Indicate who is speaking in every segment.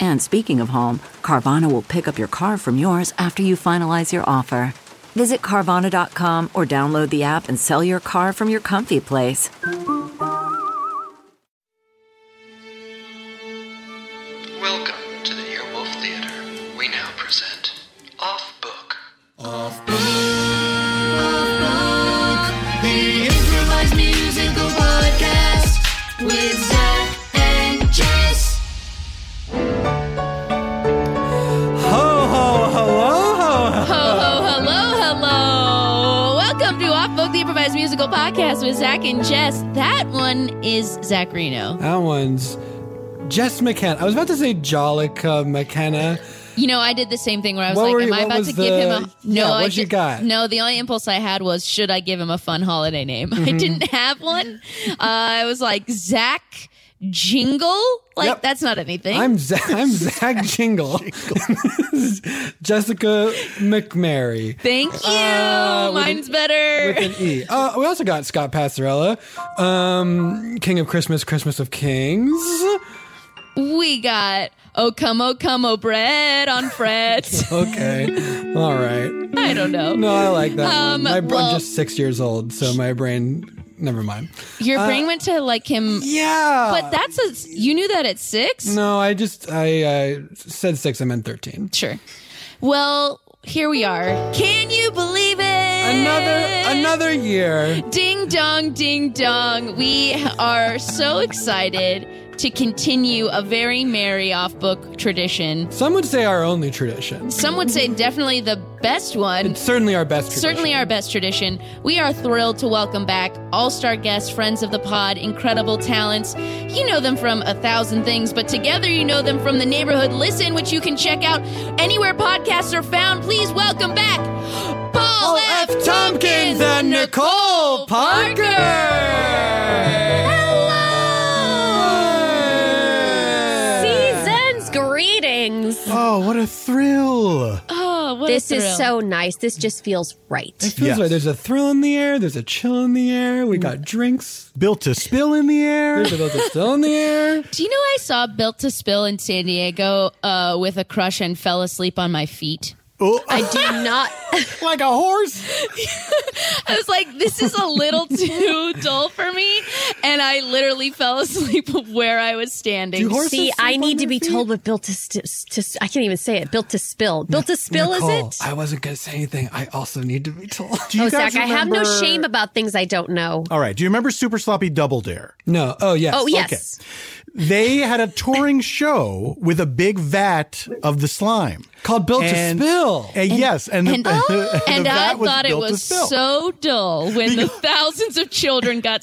Speaker 1: And speaking of home, Carvana will pick up your car from yours after you finalize your offer. Visit Carvana.com or download the app and sell your car from your comfy place.
Speaker 2: Welcome to the Earwolf Theater. We now present Off Book.
Speaker 3: The improvised musical podcast with Zach and Jess.
Speaker 4: Ho ho hello ho.
Speaker 5: Ho, ho, hello, hello. Welcome to Off Book, the improvised musical podcast with Zach and Jess. That one is Zach Reno.
Speaker 4: That one's Jess McKenna. I was about to say Jolica McKenna.
Speaker 5: You know, I did the same thing where I was
Speaker 4: What
Speaker 5: like,
Speaker 4: were
Speaker 5: am
Speaker 4: you-
Speaker 5: I
Speaker 4: what
Speaker 5: about
Speaker 4: was
Speaker 5: to
Speaker 4: the-
Speaker 5: give him a.
Speaker 4: Yeah,
Speaker 5: I
Speaker 4: what you
Speaker 5: di-
Speaker 4: got?
Speaker 5: No, the only impulse I had was, should I give him a fun holiday name? I
Speaker 4: Mm-hmm.
Speaker 5: didn't have one. Uh, I was like, Zach Jingle? Like,
Speaker 4: Yep.
Speaker 5: that's not anything.
Speaker 4: I'm Zach, I'm Zach Jingle. This is Jessica McMary.
Speaker 5: Thank you.
Speaker 4: Uh, with
Speaker 5: Mine's better.
Speaker 4: With an E. Uh, we also got Scott Passarella, um, King of Christmas, Christmas of Kings.
Speaker 5: we got Oh Come, Oh Come, Oh Bread on Fred.
Speaker 4: Uh, Okay, all right.
Speaker 5: I don't know.
Speaker 4: No, I like that. one.
Speaker 5: Um,
Speaker 4: My, br-
Speaker 5: well-
Speaker 4: I'm just six years old, so my brain. Never mind.
Speaker 5: Your brain went to like him
Speaker 4: Yeah,
Speaker 5: But that's a you knew that at six.
Speaker 4: no. I just I uh, said six. I meant thirteen.
Speaker 5: Sure. Well, here we are. Can you believe it?
Speaker 4: Another another year.
Speaker 5: ding dong, ding dong. We are so excited to continue a very merry off book tradition.
Speaker 4: Some would say our only tradition.
Speaker 5: Some would say definitely the best one.
Speaker 4: Certainly our best tradition.
Speaker 5: Certainly our best tradition. We are thrilled to welcome back all star guests, friends of the pod, incredible talents. You know them from a thousand things, but together you know them from the neighborhood listen, which you can check out anywhere podcasts are found. Please welcome back Paul F. Tompkins and Nicole Parker.
Speaker 4: Hello.
Speaker 6: Season's greetings.
Speaker 7: Oh, what a thrill!
Speaker 5: Oh, what a
Speaker 6: This is
Speaker 5: thrill.
Speaker 6: so nice. This just feels right.
Speaker 4: Feels
Speaker 7: Yes. Mm.
Speaker 4: right. There's a thrill in the air. There's a chill in the air. We got drinks.
Speaker 7: Built to spill in the air.
Speaker 4: There's a little still in the air.
Speaker 5: Do you know I saw Built to Spill in San Diego uh, with a crush and fell asleep on my feet?
Speaker 6: I do not.
Speaker 7: Oh. like a horse.
Speaker 5: I was like, this is a little too dull for me. And I literally fell asleep where I was standing.
Speaker 4: Do horses
Speaker 6: See,
Speaker 4: sleep
Speaker 6: I
Speaker 4: on
Speaker 6: need to
Speaker 4: their
Speaker 6: be
Speaker 4: feet?
Speaker 6: told what built to, st- to. I can't even say it. Built to spill. Built to spill, is
Speaker 4: Nicole,
Speaker 6: it?
Speaker 4: I wasn't going to say anything. I also need to be told.
Speaker 7: Do you
Speaker 6: Oh,
Speaker 7: guys
Speaker 6: Zach, I have no
Speaker 7: remember- Oh.
Speaker 6: shame about things I don't know.
Speaker 7: All right. Do you remember Super Sloppy Double Dare?
Speaker 4: No. Oh, yes.
Speaker 6: Oh, yes.
Speaker 7: They had a touring show with a big vat of the slime
Speaker 4: Called Built
Speaker 7: And-
Speaker 4: to Spill.
Speaker 7: and yes, and the,
Speaker 5: And,
Speaker 7: the
Speaker 5: and I
Speaker 7: vat was
Speaker 5: thought it
Speaker 7: built to
Speaker 5: was
Speaker 7: spill.
Speaker 5: so dull when the thousands of children got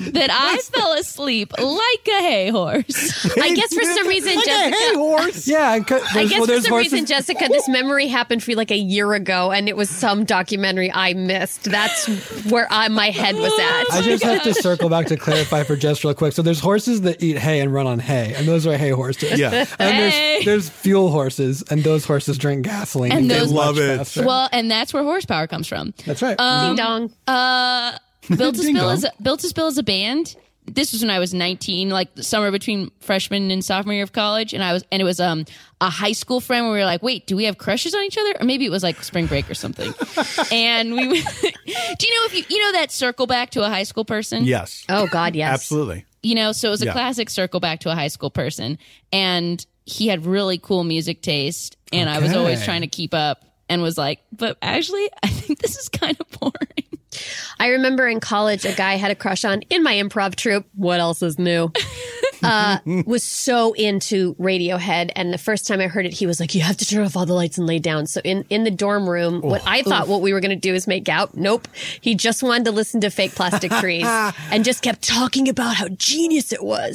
Speaker 5: that I fell asleep like a hay horse.
Speaker 6: I guess for some reason,
Speaker 7: Like a
Speaker 6: Jessica.
Speaker 7: hay horse.
Speaker 4: yeah. And co-
Speaker 6: I
Speaker 4: there's-
Speaker 6: guess
Speaker 4: well,
Speaker 6: for
Speaker 4: there's
Speaker 6: some
Speaker 4: horses.
Speaker 6: reason, Jessica, this memory happened for you like a year ago, and it was some documentary I missed. That's where I, my head was
Speaker 4: I
Speaker 6: at.
Speaker 4: just have to circle back to clarify for Jess real quick. So there's horses that eat hay and run on hay, and those are hay horses.
Speaker 7: Yeah.
Speaker 4: And
Speaker 5: Hey.
Speaker 4: there's, there's fuel horses, and those horses drink gasoline.
Speaker 5: And
Speaker 4: get
Speaker 5: those-
Speaker 4: much
Speaker 7: Love it.
Speaker 4: faster.
Speaker 5: well, and that's where horsepower comes from. Um, Uh,
Speaker 4: That's right.
Speaker 6: Ding dong.
Speaker 5: Built to
Speaker 7: Ding
Speaker 5: Spill
Speaker 7: dong.
Speaker 5: is Built to Spill is a band. This was when I was 19, like the summer between freshman and sophomore year of college, and I was, and it was um a high school friend where we were like, wait, do we have crushes on each other, or maybe it was like spring break or something, and we, went- do you know if you you know that circle back to a high school person?
Speaker 7: Yes.
Speaker 6: Oh God, yes.
Speaker 7: Absolutely.
Speaker 5: you know so it was a
Speaker 7: Yeah.
Speaker 5: classic circle back to a high school person and he had really cool music taste and i was always
Speaker 4: Okay.
Speaker 5: trying to keep up and was like, but actually, I think this is kind of boring.
Speaker 6: I remember in college, a guy I had a crush on in my improv troupe. What else is new? Uh, was so into Radiohead, and the first time I heard it, he was like, "You have to turn off all the lights and lay down." So in in the dorm room, what I thought what we were going to do is make out. Nope, he just wanted to listen to Fake Plastic Trees and just kept talking about how genius it was.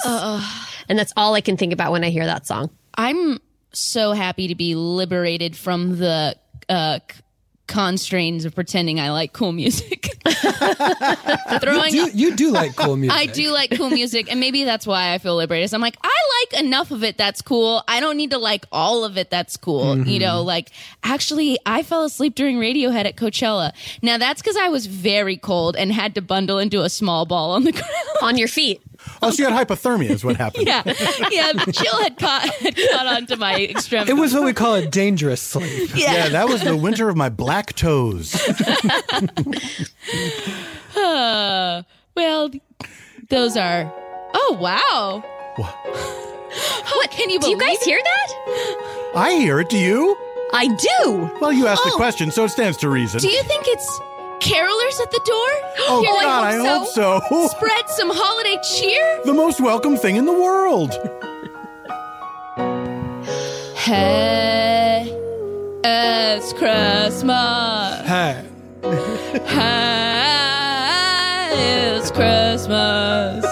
Speaker 6: and that's all I can think about when I hear that song.
Speaker 5: I'm so happy to be liberated from the uh, c- constraints of pretending I like cool music. Throwing
Speaker 8: You, you do like cool music.
Speaker 5: I do like cool music, and maybe that's why I feel liberated. So I'm like, I like enough of it that's cool. I don't need to like all of it that's cool. You
Speaker 8: Mm-hmm.
Speaker 5: know, like actually, I fell asleep during Radiohead at Coachella. Now that's because I was very cold and had to bundle into a small ball on the ground.
Speaker 6: On your feet.
Speaker 9: Oh, so you had hypothermia is what happened.
Speaker 5: yeah, yeah. Jill had caught had caught on to my extremity.
Speaker 8: It was what we call a dangerous sleep.
Speaker 9: yeah. that was the winter of my black toes.
Speaker 5: Uh, well, those are. Oh wow! What can you
Speaker 6: Do you
Speaker 5: believe?
Speaker 6: guys hear that?
Speaker 9: I hear it. Do you?
Speaker 6: I do.
Speaker 9: Well, you asked the
Speaker 5: Oh.
Speaker 9: question, so it stands to reason.
Speaker 5: Do you think it's carolers at the door?
Speaker 9: Oh,
Speaker 5: You're like,
Speaker 9: God, I hope so.
Speaker 5: Spread some holiday cheer.
Speaker 9: the most welcome thing in the world.
Speaker 5: Hey, it's Christmas.
Speaker 8: Hey,
Speaker 5: Hey, it's Christmas.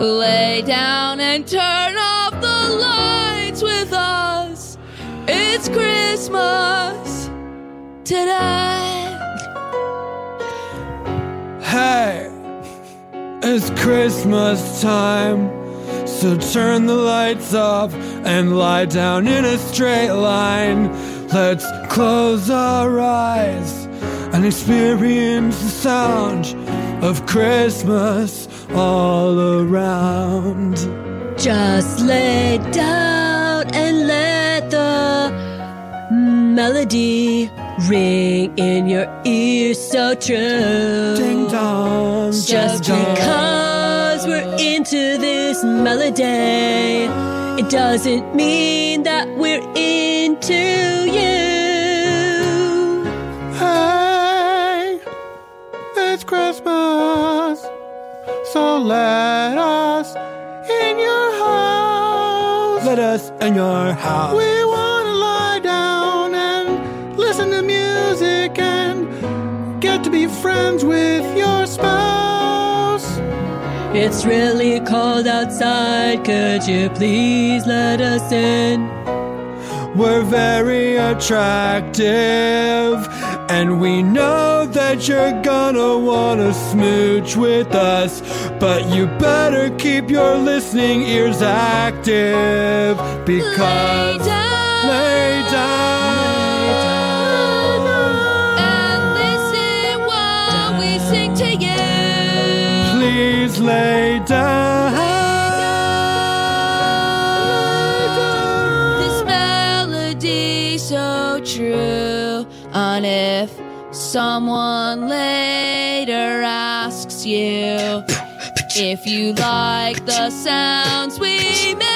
Speaker 5: Lay down and turn off the lights with us. It's Christmas today.
Speaker 8: hey, it's Christmas time. So turn the lights off and lie down in a straight line. Let's close our eyes and experience the sound of Christmas all around.
Speaker 6: Just lay down and let the melody ring in your ears so true.
Speaker 8: Ding dong.
Speaker 6: Just
Speaker 8: ding dong.
Speaker 6: because we're into this melody, it doesn't mean that we're into you.
Speaker 9: Hey, it's Christmas, so let us in your house.
Speaker 8: Let us in your house.
Speaker 9: We want to lie down and listen to music and get to be friends with your spouse.
Speaker 6: It's really cold outside. Could you please let us in?
Speaker 8: We're very attractive, and we know that you're gonna wanna smooch with us, but you better keep your listening ears active because lay down. Please lay down.
Speaker 5: True, and if someone later asks you if you like the sounds we make,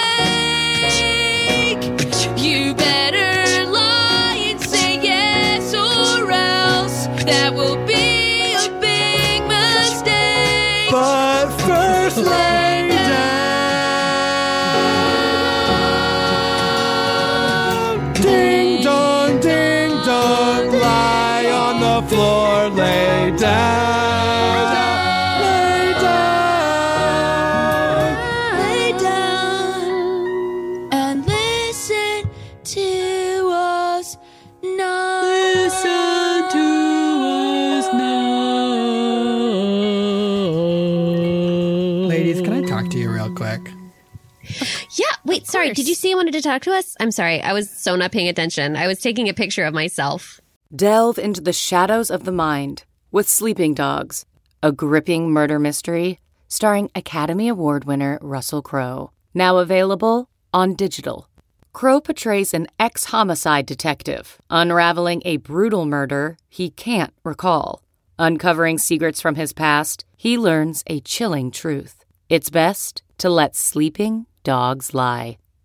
Speaker 5: you better lie and say yes, or else that will be a big mistake.
Speaker 8: But first, lay down. Ding dong, ding dong, lie on the floor, lay down. Lay down.
Speaker 5: Lay down and listen to us now. Listen to us now.
Speaker 8: Ladies, can I talk to you real quick?
Speaker 6: Yeah. Wait. Sorry. Did you see you wanted to talk to us? I'm sorry. I was so not paying attention. I was taking a picture of myself.
Speaker 10: Delve into the shadows of the mind with Sleeping Dogs, a gripping murder mystery starring Academy Award winner Russell Crowe. Now available on digital. Crowe portrays an ex homicide detective unraveling a brutal murder he can't recall. Uncovering secrets from his past, he learns a chilling truth. It's best to let sleeping dogs lie.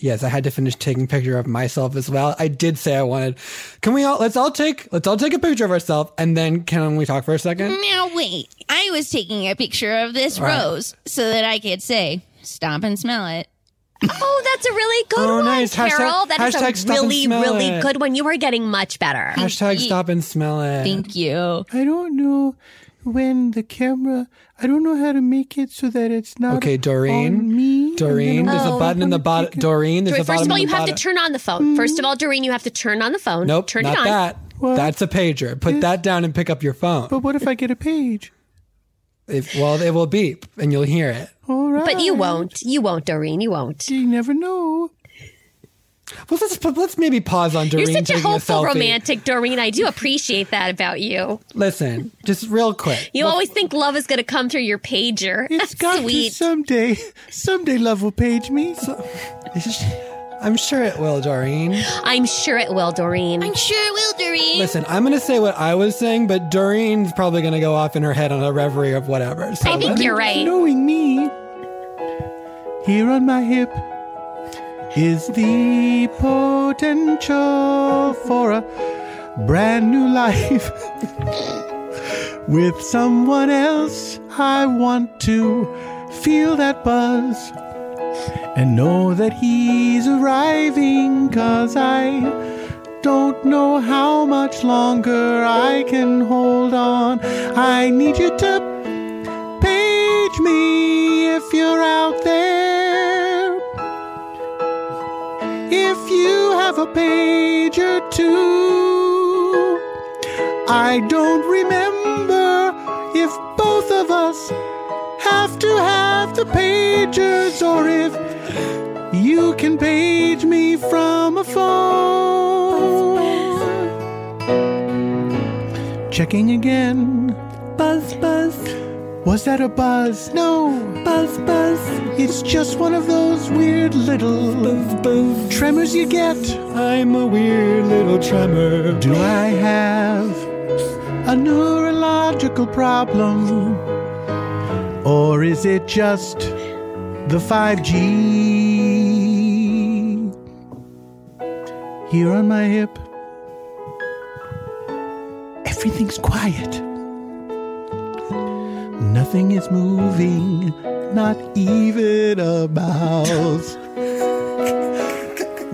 Speaker 4: Yes, I had to finish taking picture of myself as well. I did say I wanted. Can we all let's all take let's all take a picture of ourselves and then can we talk for a second?
Speaker 5: Now wait, I was taking a picture of this
Speaker 4: All right.
Speaker 5: rose so that I could say, "Stop and smell it."
Speaker 6: Oh, that's a really good
Speaker 4: Oh,
Speaker 6: one,
Speaker 4: nice. Hashtag-
Speaker 6: Carol. That is
Speaker 4: hashtag
Speaker 6: a
Speaker 4: stop and
Speaker 6: really,
Speaker 4: smell
Speaker 6: really
Speaker 4: it.
Speaker 6: good one. You are getting much better.
Speaker 4: Hashtag stop and smell it.
Speaker 5: Thank you.
Speaker 9: I don't know when the camera. I don't know how to make it so that it's not.
Speaker 4: Okay, Doreen.
Speaker 9: on me.
Speaker 4: Doreen, there's a
Speaker 6: Oh.
Speaker 4: button in the bottom. Doreen, there's
Speaker 6: Doreen,
Speaker 4: a button
Speaker 6: first of all,
Speaker 4: in
Speaker 6: you
Speaker 4: the
Speaker 6: have
Speaker 4: bottom. Mm-hmm.
Speaker 6: to turn on the phone. First of all, Doreen, you have to turn on the phone.
Speaker 4: Nope,
Speaker 6: turn
Speaker 4: not
Speaker 6: it on.
Speaker 4: that. That's a pager. Put that down and pick up your phone.
Speaker 9: But what if I get a page?
Speaker 4: If, well, it will beep and you'll hear it.
Speaker 9: All right.
Speaker 6: But you won't. You won't, Doreen. You won't.
Speaker 9: You never know.
Speaker 4: Well, let's but let's maybe pause on Doreen
Speaker 6: You're such a
Speaker 4: taking
Speaker 6: hopeful
Speaker 4: selfie.
Speaker 6: romantic, Doreen. I do appreciate that about you.
Speaker 4: Listen, just real quick.
Speaker 6: You always think love is going to come through your pager.
Speaker 9: It's got to
Speaker 6: Sweet.
Speaker 9: someday. Someday love will page me.
Speaker 4: I'm sure it will, Doreen.
Speaker 6: I'm sure it will, Doreen.
Speaker 5: I'm sure it will, Doreen.
Speaker 4: Listen, I'm going to say what I was saying, but Doreen's probably going to go off in her head on a reverie of whatever. So
Speaker 6: I think
Speaker 4: let-
Speaker 6: you're right.
Speaker 9: Knowing me, here on my hip is the potential for a brand new life with someone else. I want to feel that buzz and know that he's arriving because I don't know how much longer I can hold on. I need you to Page me if you're out there. If you have a page or two, I don't remember if both of us have to have the pagers or if you can page me from a phone. Checking again. Buzz, buzz. Was that a buzz? No. Buzz, buzz. It's just one of those weird little tremors you get.
Speaker 4: I'm a weird little tremor.
Speaker 9: Do I have a neurological problem? Or is it just the 5G? Here on my hip, everything's quiet. Nothing is moving, not even a mouse.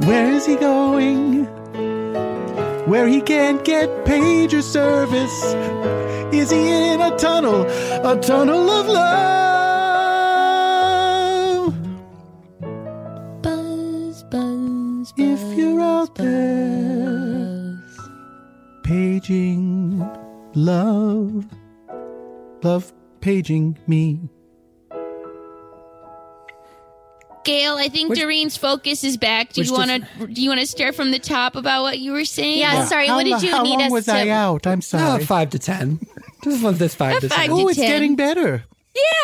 Speaker 9: Where is he going? Where he can't get pager service? Is he in a tunnel? A tunnel of love?
Speaker 5: Buzz, buzz,
Speaker 9: If
Speaker 5: buzz,
Speaker 9: you're out there
Speaker 5: buzz.
Speaker 9: paging love, love paging me.
Speaker 5: Gail, I think Doreen's focus is back. Do you want to? Do you want to start from the top about what you were saying?
Speaker 6: Yeah, sorry.
Speaker 9: How
Speaker 6: What did
Speaker 9: lo-
Speaker 6: you
Speaker 9: how
Speaker 6: need
Speaker 9: long
Speaker 6: us
Speaker 9: was
Speaker 6: to?
Speaker 9: I out? I'm
Speaker 4: Ah,
Speaker 9: sorry.
Speaker 4: five to ten. Just want this five to
Speaker 5: five
Speaker 4: ten.
Speaker 5: to
Speaker 9: oh, it's
Speaker 5: 10.
Speaker 9: getting better.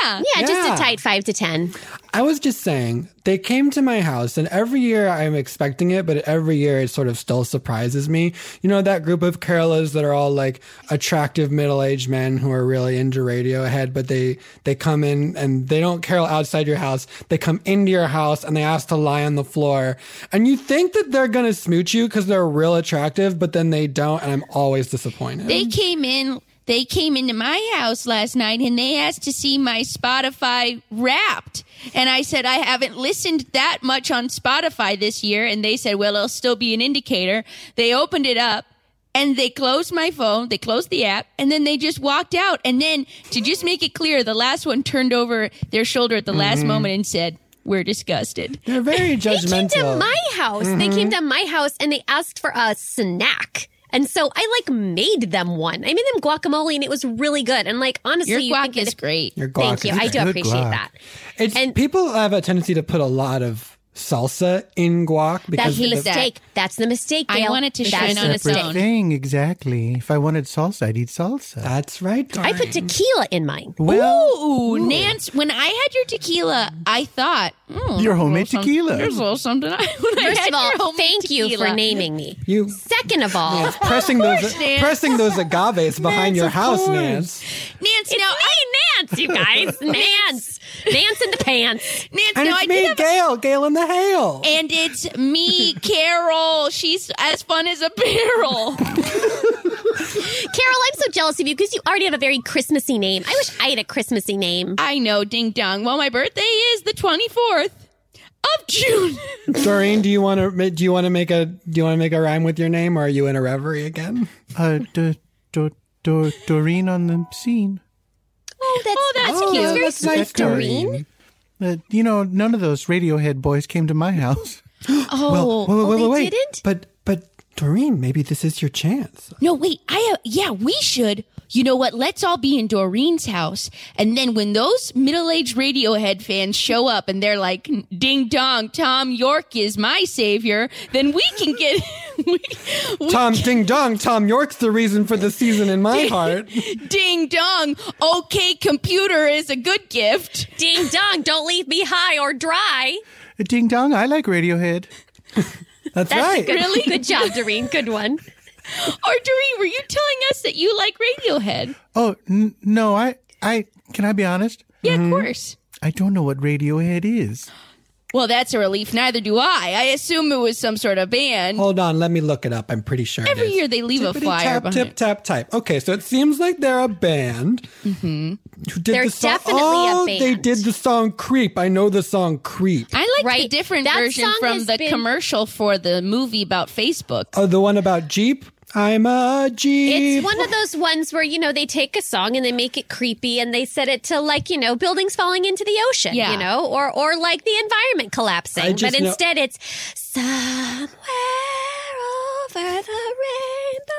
Speaker 5: Yeah.
Speaker 6: Yeah, just
Speaker 4: Yeah.
Speaker 6: a tight five to ten.
Speaker 4: I was just saying, they came to my house, and every year I'm expecting it, but every year it sort of still surprises me. You know, that group of Carolas that are all like attractive middle aged men who are really into Radiohead, but they, they come in and they don't carol outside your house. They come into your house and they ask to lie on the floor. And you think that they're going to smooch you because they're real attractive, but then they don't. And I'm always disappointed.
Speaker 5: They came in They came into my house last night and they asked to see my Spotify wrapped. And I said, I haven't listened that much on Spotify this year. And they said, well, it'll still be an indicator. They opened it up and they closed my phone. They closed the app and then they just walked out. And then to just make it clear, the last one turned over their shoulder at the last
Speaker 11: Mhm.
Speaker 5: moment and said, we're disgusted.
Speaker 4: They're
Speaker 11: They
Speaker 4: very
Speaker 11: came to
Speaker 5: judgmental.
Speaker 11: my house. They
Speaker 5: Mhm.
Speaker 11: came to my house and they asked for a snack. And so I like made them one. I made them guacamole and it was really good. And like honestly,
Speaker 5: Your
Speaker 11: you
Speaker 5: guac
Speaker 11: could get
Speaker 5: is
Speaker 11: a-
Speaker 5: great.
Speaker 4: Your
Speaker 11: Thank
Speaker 4: guac
Speaker 11: you.
Speaker 4: is
Speaker 11: I do
Speaker 4: good
Speaker 11: appreciate
Speaker 4: guac.
Speaker 11: that.
Speaker 4: It's people have a tendency to put a lot of salsa in guac
Speaker 11: That's
Speaker 4: because
Speaker 11: the
Speaker 4: of-
Speaker 11: mistake. That's the mistake.
Speaker 5: I
Speaker 11: Gail.
Speaker 5: want it to
Speaker 11: That's
Speaker 5: shine
Speaker 11: the
Speaker 5: on its
Speaker 11: mistake.
Speaker 5: own.
Speaker 9: Thing exactly. If I wanted salsa, I'd eat salsa.
Speaker 4: That's right.
Speaker 11: I put tequila in mine.
Speaker 5: Well, ooh, Nance, when I had your tequila, I thought mm,
Speaker 9: Your homemade
Speaker 5: there's a little some-
Speaker 9: tequila.
Speaker 5: There's a little something. I, when I
Speaker 11: First
Speaker 5: had
Speaker 11: of
Speaker 5: your
Speaker 11: all,
Speaker 5: homemade
Speaker 11: thank you for
Speaker 5: tequila.
Speaker 11: naming me.
Speaker 4: You
Speaker 11: Second of all,
Speaker 4: Nance, pressing
Speaker 11: Of
Speaker 4: those
Speaker 11: course, Nance.
Speaker 4: pressing those agaves behind
Speaker 11: Nance,
Speaker 4: your
Speaker 11: of
Speaker 4: house,
Speaker 11: course.
Speaker 4: Nance.
Speaker 5: Nance, now
Speaker 11: Nance, you guys, Nance, Nance in the pants.
Speaker 5: Nance,
Speaker 4: And
Speaker 5: now
Speaker 4: it's
Speaker 5: I did
Speaker 4: me,
Speaker 5: have
Speaker 4: Gail, Gail in the hail.
Speaker 5: and it's me, Carol. She's as fun as a barrel.
Speaker 11: Carol, I'm so jealous of you because you already have a very Christmassy name. I wish I had a Christmassy name.
Speaker 5: I know, ding dong. Well, my birthday is the 24th of June.
Speaker 4: Doreen, do you want to do you want to make a do you want to make a rhyme with your name, or are you in a reverie again?
Speaker 9: Uh, do, do, do, Doreen on the scene.
Speaker 11: Oh, that's,
Speaker 5: that's cute.
Speaker 11: very
Speaker 4: that's nice,
Speaker 11: sweet, Doreen.
Speaker 9: Uh, you know, none of those Radiohead boys came to my house.
Speaker 5: Oh,
Speaker 4: But but Doreen, maybe this is your chance.
Speaker 5: No, wait. I uh, yeah, we should. You know what? Let's all be in Doreen's house, and then when those middle-aged Radiohead fans show up and they're like, "Ding dong, Tom York is my savior," then we can get
Speaker 4: Tom Ding Dong, Tom York's the reason for the season in my heart.
Speaker 5: ding dong. Okay, computer is a good gift.
Speaker 11: Ding dong, don't leave me high or dry.
Speaker 9: Ding dong, I like Radiohead.
Speaker 4: That's,
Speaker 11: That's a good,
Speaker 5: Really?
Speaker 11: good job, Doreen. Good one.
Speaker 5: Or Doreen, were you telling us that you like Radiohead?
Speaker 9: Oh n- no, I, I can I be honest? Mm-hmm.
Speaker 5: Yeah, of course.
Speaker 9: I don't know what Radiohead is.
Speaker 5: Well, that's a relief. Neither do I. I assume it was some sort of band.
Speaker 4: Hold on, let me look it up. I'm pretty sure. it
Speaker 5: Every
Speaker 4: is.
Speaker 5: year they leave a
Speaker 4: Tippity
Speaker 5: flyer
Speaker 4: tap,
Speaker 5: behind.
Speaker 4: tip tap type. Okay, so it seems like they're a band who did
Speaker 11: They're
Speaker 4: the song.
Speaker 11: definitely a
Speaker 4: oh, they
Speaker 11: band.
Speaker 4: did the song "Creep." I know the song "Creep."
Speaker 5: I like the different
Speaker 11: That
Speaker 5: version
Speaker 11: song
Speaker 5: from
Speaker 11: has
Speaker 5: the
Speaker 11: been-
Speaker 5: commercial for the movie about Facebook.
Speaker 4: Oh, the one about Jeep. I'm a Jeep.
Speaker 11: It's one of those ones where, you know, they take a song and they make it creepy and they set it to like, you know, buildings falling into the ocean,
Speaker 5: Yeah.
Speaker 11: you know, or or like the environment
Speaker 4: I
Speaker 11: collapsing. But
Speaker 4: just know-
Speaker 11: instead it's somewhere over the rainbow.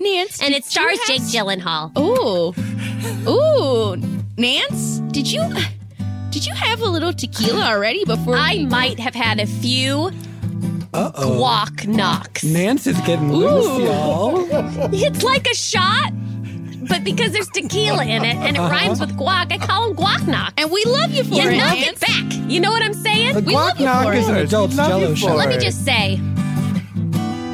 Speaker 5: Nance,
Speaker 11: And it stars Jake Gyllenhaal.
Speaker 5: Ooh, ooh, Nance, did you did you have a little tequila already before?
Speaker 11: I might have had a few
Speaker 4: Uh-oh.
Speaker 11: guac knocks.
Speaker 4: Nance is getting loose, y'all.
Speaker 11: It's like a shot, but because there's tequila in it and it rhymes with guac, I call them guac knocks.
Speaker 5: and we love you for
Speaker 11: You
Speaker 5: it.
Speaker 11: knock it
Speaker 5: Nance.
Speaker 11: back. You know what I'm saying?
Speaker 4: The
Speaker 5: We love
Speaker 4: guac
Speaker 5: you
Speaker 4: knock
Speaker 5: for
Speaker 4: is an
Speaker 9: it.
Speaker 4: adult's
Speaker 9: Love you
Speaker 4: jello
Speaker 9: for
Speaker 4: shot.
Speaker 9: it.
Speaker 11: Let me just say.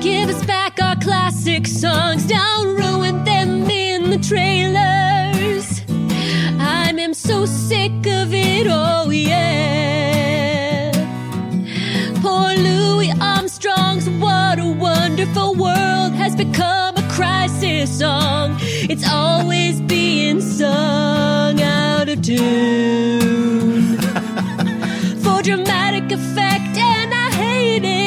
Speaker 11: Give us back our classic songs, don't ruin them in the trailers. I am so sick of it, oh yeah. Poor Louis Armstrong's What a Wonderful World has become a crisis song. It's always being sung out of tune for dramatic effect, and I hate it.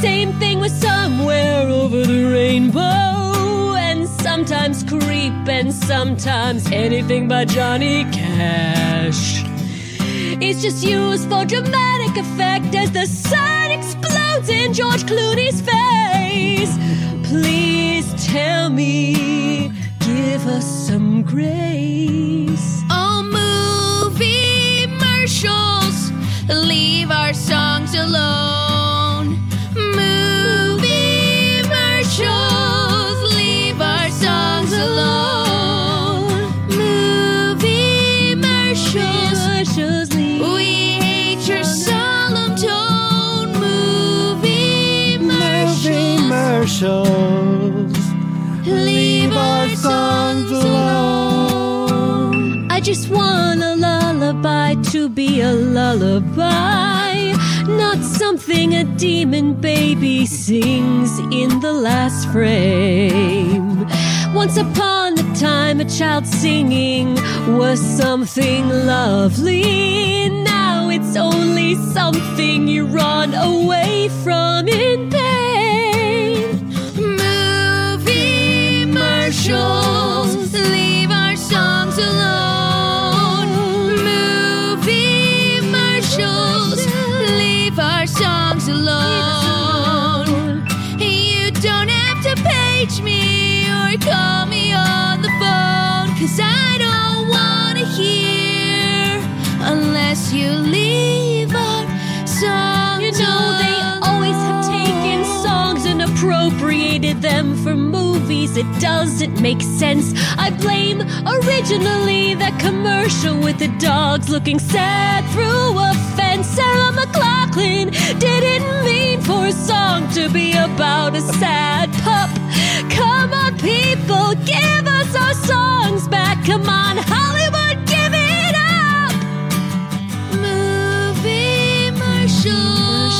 Speaker 11: Same thing with somewhere over the rainbow, and sometimes creep, and sometimes anything by Johnny Cash. It's just used for dramatic effect as the sun explodes in George Clooney's face. Please tell me, give us some grace.
Speaker 5: All movie commercials leave our songs alone. Movie commercials leave our songs alone. Movie commercials. We hate your solemn tone. Movie commercials
Speaker 4: Commercials.
Speaker 5: leave our songs alone.
Speaker 11: I just want a lullaby to be a lullaby, not something a demon baby sings in the last frame. Once upon a time, a child singing was something lovely. Now it's only something you run away from in pain. Movie
Speaker 3: commercials. Leave our songs alone. Movie commercials. Leave our songs alone. You don't have to page me or call me on the phone. Cause I don't wanna hear unless you leave our songs
Speaker 11: You know they always have taken songs and appropriated them for movies. It doesn't make sense. I blame originally that commercial with the dogs looking sad through a fence. Sarah McLaughlin didn't mean for a song to be about a sad pup. Come on, people, give us our songs back. Come on, Hollywood, give it up.
Speaker 3: Movie commercials.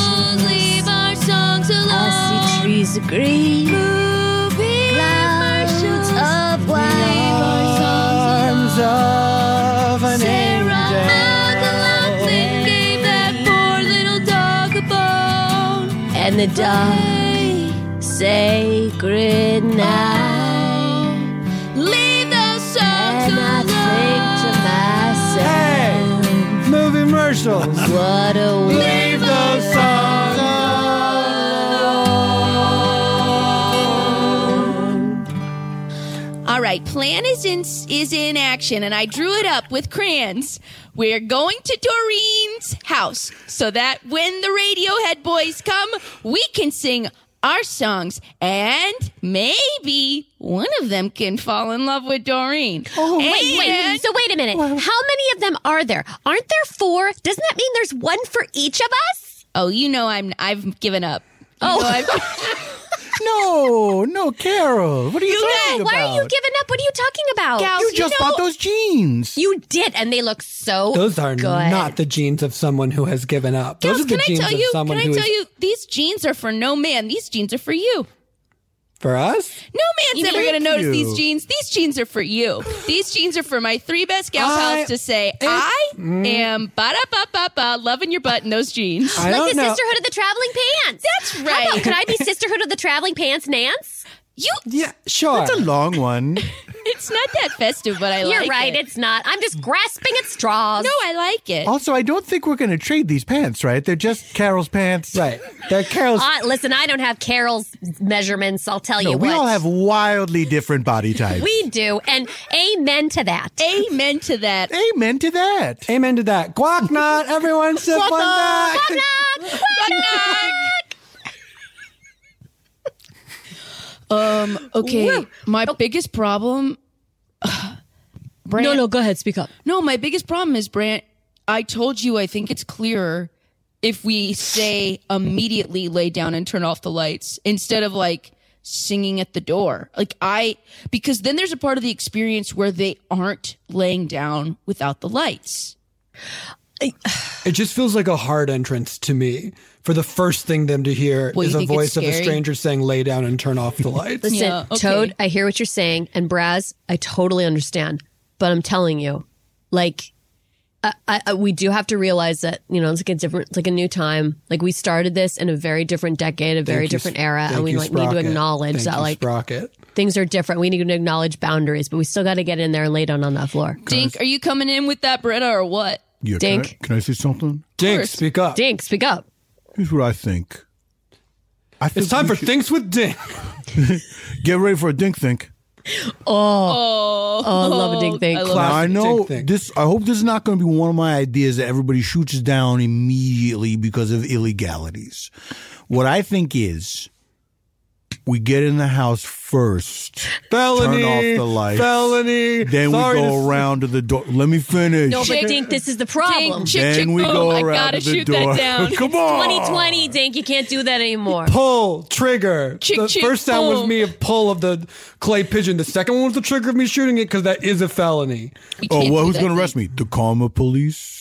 Speaker 3: Leave our songs alone. I see trees of green. Movie commercials. Of white. Leave our songs alone. Sarah McLaughlin gave that poor little dog a bone.
Speaker 11: and the dogs say good night.
Speaker 3: Leave those songs
Speaker 11: and I think to myself, hey, movie commercials. What a way
Speaker 3: Leave those songs
Speaker 5: All right, plan is in is in action, and I drew it up with crayons. We're going to Doreen's house so that when the Radiohead boys come, we can sing our songs, and maybe one of them can fall in love with Doreen.
Speaker 6: Oh, wait, wait. So wait a minute. How many of them are there? Aren't there four? Doesn't that mean there's one for each of us?
Speaker 5: Oh, you know I'm I've given up.
Speaker 6: Oh,
Speaker 9: Oh,
Speaker 7: No, no, Carol. What are you, talking about?
Speaker 6: Why are you giving up? What are you talking about?
Speaker 7: you just bought those jeans.
Speaker 6: You did, and they look so.
Speaker 4: Those are
Speaker 6: Oh, good.
Speaker 4: not the genes of someone who has given up.
Speaker 5: Gals,
Speaker 4: Those are the
Speaker 5: can I
Speaker 4: genes
Speaker 5: tell
Speaker 4: of
Speaker 5: you? Can
Speaker 4: someone
Speaker 5: I
Speaker 4: who
Speaker 5: tell
Speaker 4: is
Speaker 5: you? These jeans are for no man. These jeans are for you.
Speaker 4: for us.
Speaker 5: No man's ever
Speaker 4: Thank
Speaker 5: going to notice
Speaker 4: you.
Speaker 5: these jeans. These jeans are for you. These jeans are for my three best gal
Speaker 4: I- mm.
Speaker 5: pals to say, I am ba da ba ba ba loving your butt in those jeans.
Speaker 6: like the Sisterhood of the Traveling Pants. That's right. How about, could I be Sisterhood of the Traveling Pants, Nance?
Speaker 5: You.
Speaker 7: Yeah, sure. That's a long one.
Speaker 5: It's not that festive, but I
Speaker 6: You're
Speaker 5: like
Speaker 6: right.
Speaker 5: it.
Speaker 6: It's not. I'm just grasping at straws.
Speaker 5: No, I like it.
Speaker 7: Also, I don't think we're going to trade these pants, right? They're just Carol's pants. Right. They're Carol's.
Speaker 6: Uh, listen, I don't have Carol's measurements. I'll tell
Speaker 7: No,
Speaker 6: you
Speaker 7: we
Speaker 6: what.
Speaker 7: all have wildly different body types.
Speaker 6: we do, and amen to that.
Speaker 5: Amen to that.
Speaker 7: Amen to that.
Speaker 4: Amen to that. Guac not. Everyone sip
Speaker 7: Guac
Speaker 4: one
Speaker 7: not.
Speaker 4: back.
Speaker 5: Um, okay. My biggest problem. Brand,
Speaker 11: No, no, go ahead, speak up.
Speaker 5: No, my biggest problem is, Brant, I told you I think it's clearer if we say immediately lay down and turn off the lights instead of like singing at the door. Like, I, because then there's a part of the experience where they aren't laying down without the lights.
Speaker 4: It just feels like a hard entrance to me. For the first thing them to hear
Speaker 6: What, you
Speaker 4: is a
Speaker 6: think it's
Speaker 4: voice of a
Speaker 6: scary?
Speaker 4: stranger saying, "Lay down and turn off the lights."
Speaker 6: Listen, Toad, I hear what you're saying, and Braz, I totally understand, but I'm telling you, like, I, I, I- we do have to realize that you know it's like a different, it's like a new time. Like we started this in a very different decade, a very
Speaker 4: Thank you,
Speaker 6: different era,
Speaker 4: thank
Speaker 6: and we
Speaker 4: you,
Speaker 6: like need to
Speaker 4: Sprocket.
Speaker 6: acknowledge
Speaker 4: Thank
Speaker 6: that
Speaker 4: you,
Speaker 6: like
Speaker 4: Sprocket.
Speaker 6: things are different. We need to acknowledge boundaries, but we still got to get in there and lay down on that floor.
Speaker 5: Dink, are you coming in with that Brita or what?
Speaker 7: Yeah,
Speaker 6: Dink.
Speaker 7: Can I, can I say something?
Speaker 4: Dink, speak up.
Speaker 6: Dink, speak up.
Speaker 7: Here's what I think. I think
Speaker 4: time for
Speaker 7: Thinks with Dink. Get ready for a Dink Think.
Speaker 6: Oh, oh, I love a dink thing.
Speaker 7: Now, I know this. I hope this is not going to be one of my ideas that everybody shoots down immediately because of illegalities. What I think is, we get in the house first,
Speaker 4: Felony,
Speaker 7: turn off the lights,
Speaker 4: felony.
Speaker 7: Then
Speaker 4: Sorry
Speaker 7: we
Speaker 4: to
Speaker 7: go
Speaker 4: s-
Speaker 7: around to the door. Let me finish.
Speaker 6: No, but Dink, this is the problem.
Speaker 7: Dink, chick, Then chick, we boom. go oh, I around gotta the shoot that door. down. Come on.
Speaker 6: It's 2020, Dink. You can't do that anymore.
Speaker 4: Pull trigger.
Speaker 6: Chick,
Speaker 4: the
Speaker 6: chick,
Speaker 4: first sound was
Speaker 6: boom.
Speaker 4: me a pull of the clay pigeon. The second one was the trigger of me shooting it because that is a felony.
Speaker 7: oh, well, who's going to arrest me? The Karma Police.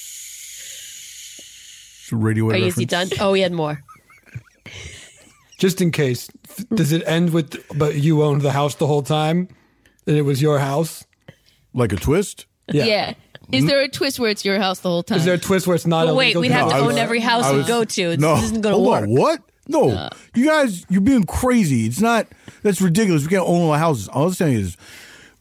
Speaker 7: Radio.
Speaker 6: Are you is
Speaker 4: reference.
Speaker 6: he done? Oh, he had more.
Speaker 4: Just in case, does it end with "But you owned the house the whole time"?
Speaker 8: and it was your house?
Speaker 7: Like a twist?
Speaker 5: Yeah. Is there a twist where it's your house the whole time?
Speaker 8: Is there a twist where it's not
Speaker 5: But wait,
Speaker 8: illegal?
Speaker 5: we'd have to own every house
Speaker 7: I
Speaker 5: we
Speaker 7: was-
Speaker 5: go to. It's-
Speaker 7: no.
Speaker 5: this isn't gonna
Speaker 7: Hold
Speaker 5: work.
Speaker 7: On, what? No, you guys, you're being crazy. It's not. That's ridiculous. We can't own our houses. All I'm saying is,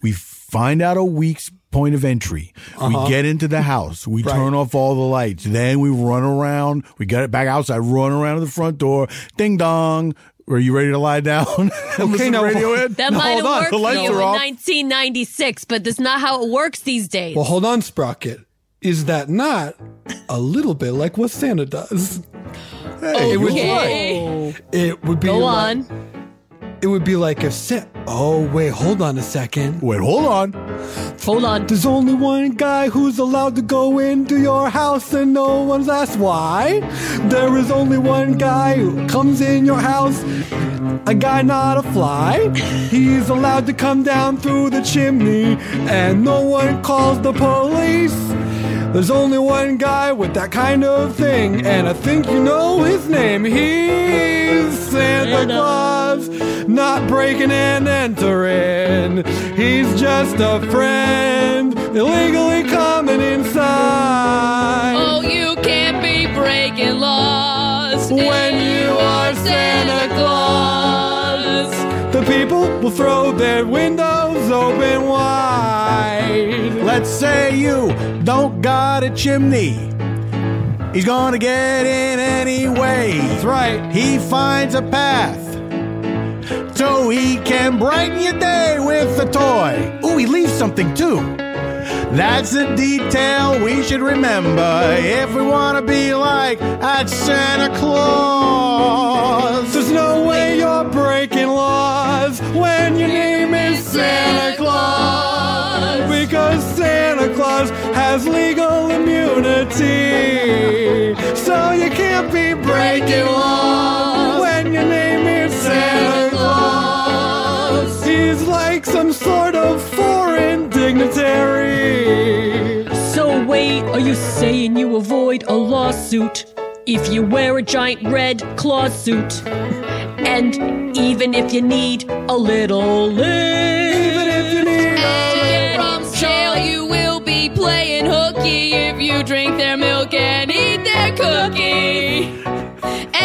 Speaker 7: we find out a week's point of entry.
Speaker 8: Uh-huh.
Speaker 7: We get into the house. We turn off all the lights. Then we run around. We get it back outside. Run around to the front door. Ding dong. Are you ready to lie down? okay,
Speaker 8: now-
Speaker 6: That might have worked
Speaker 7: The
Speaker 6: for
Speaker 7: lights
Speaker 6: you in
Speaker 7: are off.
Speaker 6: 1996, but that's not how it works these days.
Speaker 8: Well, hold on, Sprocket. Is that not a little bit like what Santa does?
Speaker 3: Hey,
Speaker 8: It would,
Speaker 3: Okay.
Speaker 8: it would be
Speaker 3: Go
Speaker 8: like- It would be like if Santa. Oh wait, hold on a second.
Speaker 7: Wait, hold on.
Speaker 8: Hold on. There's only one guy who's allowed to go into your house, and no one's asked why. There is only one guy who comes in your house. A guy, not a fly. He's allowed to come down through the chimney, and no one calls the police. There's only one guy with that kind of thing, and I think you know his name. He's Santa Claus, not breaking and entering. He's just a friend, illegally coming inside.
Speaker 5: Oh, you can't be breaking laws
Speaker 8: when you are Santa Claus. The people will throw their windows open wide.
Speaker 7: Let's say you don't got a chimney. He's gonna get in anyway. That's
Speaker 8: right.
Speaker 7: He finds a path. So he can brighten your day with a toy. Ooh, he leaves something too. That's a detail we should remember if we want to be like at Santa Claus.
Speaker 8: There's no way you're breaking laws when your name is Santa Claus. Because Santa Claus has legal immunity. So you can't be breaking laws when your name is Santa Claus. He's like some sort of foreign dignitary.
Speaker 12: So, wait, are you saying you avoid a lawsuit if you wear a giant red claw suit? And even if you need a little lift. Even if you need
Speaker 5: From jail, you will be playing hooky if you drink their milk and eat their cookie.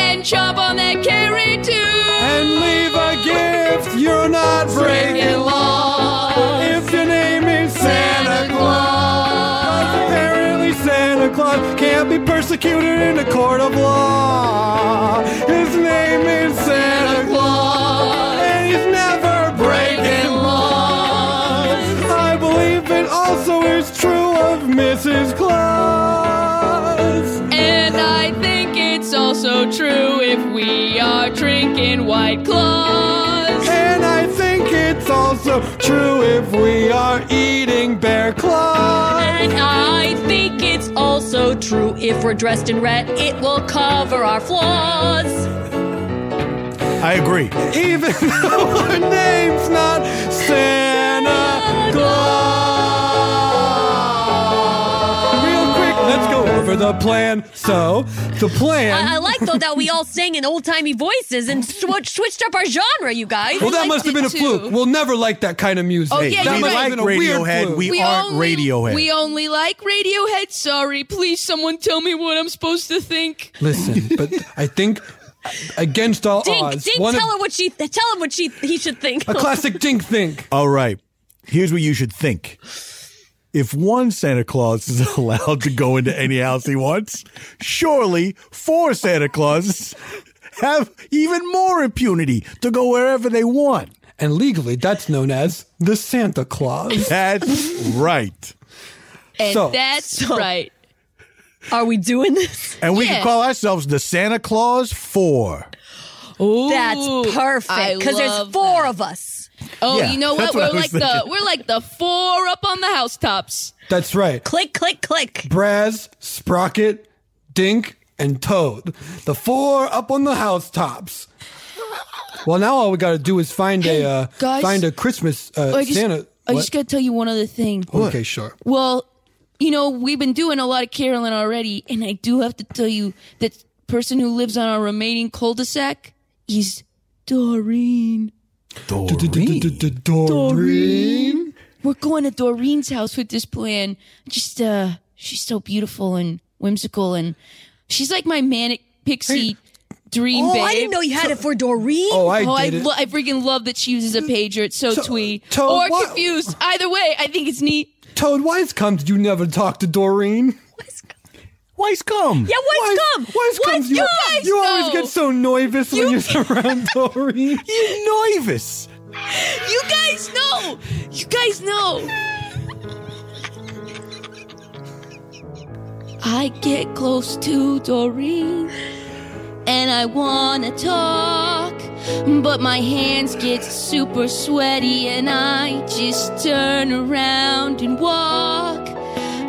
Speaker 5: And chomp on that carrot too.
Speaker 8: And leave a gift, you're not breaking law. If your name is Santa Claus, apparently Santa Claus can't be persecuted in a court of law. His name is Santa Claus, and he's never breaking laws. I believe it also is true of Mrs. Claus.
Speaker 5: And I think it's also true if we are drinking White Claws.
Speaker 8: And I think it's also true if we are eating bear claws.
Speaker 12: And I think it's also true if we're dressed in red, it will cover our flaws.
Speaker 7: I agree.
Speaker 8: Even though her name's not Santa Claus. Real quick, let's go over the plan. So, the plan.
Speaker 6: I, I like though that we all sang in old timey voices and sw- switched up our genre, you guys.
Speaker 8: Well, that must have been a fluke. We'll never like that kind of music.
Speaker 5: Oh, yeah,
Speaker 8: that
Speaker 5: you're
Speaker 8: must
Speaker 5: right.
Speaker 8: have been a
Speaker 5: We
Speaker 8: weird
Speaker 7: Radiohead,
Speaker 8: fluke.
Speaker 7: we We aren't only- Radiohead.
Speaker 5: We only like Radiohead. Sorry, please, someone tell me what I'm supposed to think.
Speaker 8: Listen, but I think against all
Speaker 4: Uh-uh,
Speaker 8: odds,
Speaker 6: Dink, Dink,
Speaker 8: one of-
Speaker 6: tell her what she tell him what she he should think.
Speaker 8: a classic dink think.
Speaker 7: All right. Here's what you should think. If one Santa Claus is allowed to go into any house he wants, surely four Santa Clauses have even more impunity to go wherever they want.
Speaker 8: And legally, that's known as the Santa Claus.
Speaker 7: That's right.
Speaker 5: And
Speaker 7: So-
Speaker 5: that's right.
Speaker 6: Are we doing this?
Speaker 7: And we
Speaker 5: Yeah.
Speaker 7: can call ourselves the Santa Claus Four.
Speaker 6: That's
Speaker 5: I
Speaker 6: perfect because there's
Speaker 5: love
Speaker 6: four of us.
Speaker 5: Oh,
Speaker 7: Yeah,
Speaker 5: you know
Speaker 7: that's
Speaker 5: what?
Speaker 7: what I
Speaker 5: We're like
Speaker 7: was
Speaker 5: the
Speaker 7: thinking.
Speaker 5: we're like the four up on the housetops.
Speaker 8: That's right.
Speaker 6: Click, click, click.
Speaker 8: Braz, Sprocket, Dink, and Toad. The four up on the housetops. Well, now all we got to do is find a uh,
Speaker 5: Guys.
Speaker 8: find a Christmas uh,
Speaker 5: I just,
Speaker 8: Santa.
Speaker 5: I
Speaker 8: What?
Speaker 5: just gotta tell you one other thing.
Speaker 8: okay, sure.
Speaker 5: Well, you know, we've been doing a lot of caroling already, and I do have to tell you that person who lives on our remaining cul-de-sac is Doreen.
Speaker 8: Doreen?
Speaker 5: We're going to Doreen's house with this plan. Just, uh, she's so beautiful and whimsical and she's like my manic pixie dream
Speaker 6: Oh,
Speaker 5: babe.
Speaker 6: I didn't know you had it for Doreen.
Speaker 5: Oh, I lo- I freaking love that she uses a pager. It's so, twee.
Speaker 8: Toad,
Speaker 5: or
Speaker 8: why-
Speaker 5: confused. Either way, I think it's neat.
Speaker 8: Toad, why's come did you never talk to Doreen?
Speaker 7: Why's come?
Speaker 5: Yeah, why's come?
Speaker 8: Why's come? You,
Speaker 5: come?
Speaker 8: you always get so nervous when you're around Doreen.
Speaker 7: you nervous.
Speaker 5: You guys know. You guys know. I get close to Doreen and I wanna talk, but my hands get super sweaty and I just turn around and walk.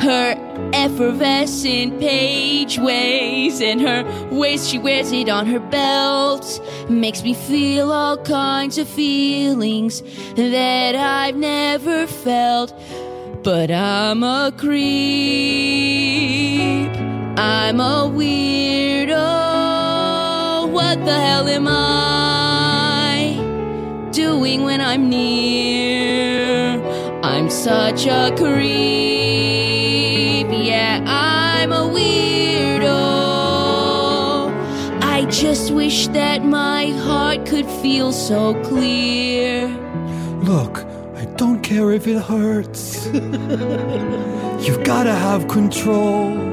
Speaker 5: Her effervescent page waves and her waist, she wears it on her belt. Makes me feel all kinds of feelings that I've never felt. But I'm a creep. I'm a weirdo. What the hell am I doing when I'm near? I'm such a creep. Yeah, I'm a weirdo. I just wish that my heart could feel so clear.
Speaker 8: Look, I don't care if it hurts. You've gotta have control.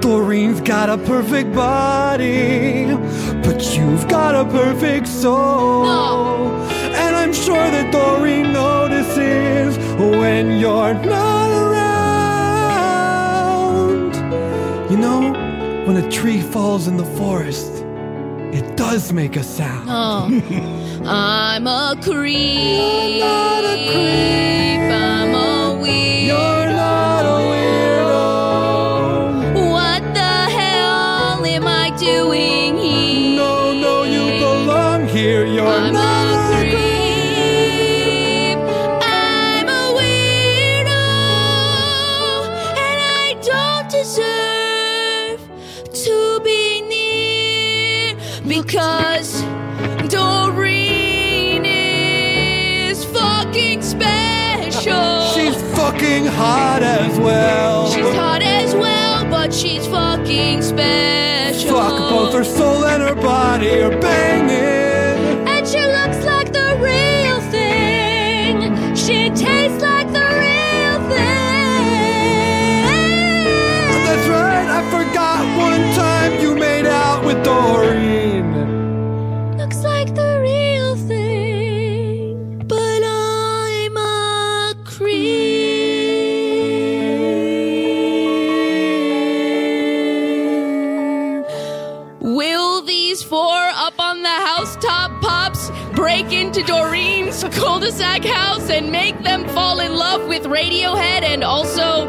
Speaker 8: Doreen's got a perfect body, but you've got a perfect soul. And I'm sure that Doreen notices when you're not around. You know, when a tree falls in the forest, it does make a sound.
Speaker 5: Oh, I'm a creep. not a creep. I'm a weirdo. You're
Speaker 8: not a
Speaker 5: weirdo. What the hell am I doing here? No, no, you
Speaker 8: belong here. You're
Speaker 5: I'm
Speaker 8: not.
Speaker 5: a creep. I'm a weirdo, and I don't deserve to be near because Doreen is fucking special.
Speaker 8: She's fucking hot as well.
Speaker 5: She's hot as well, but she's fucking special.
Speaker 8: Fuck, both her soul and her body are banging.
Speaker 12: And she looks like the real thing. She tastes like the real thing.
Speaker 8: That's right, I forgot one time you made out with Doreen.
Speaker 12: Looks like the real thing.
Speaker 5: But I'm a Will these four up on the housetop pops break into Doreen's cul-de-sac house and make them fall in love with Radiohead and also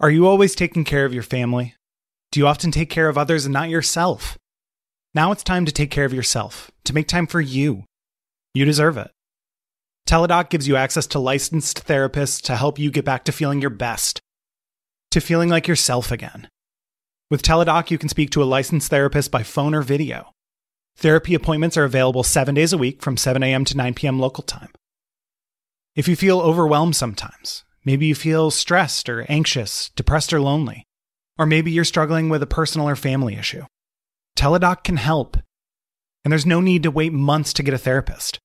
Speaker 13: Are you always taking care of your family? Do you often take care of others and not yourself? Now it's time to take care of yourself, to make time for you. You deserve it. TeleDoc gives you access to licensed therapists to help you get back to feeling your best, to feeling like yourself again. With TeleDoc, you can speak to a licensed therapist by phone or video. Therapy appointments are available seven days a week from 7 a.m. to 9 p.m. local time. If you feel overwhelmed sometimes, maybe you feel stressed or anxious, depressed or lonely, or maybe you're struggling with a personal or family issue, TeleDoc can help. And there's no need to wait months to get a therapist.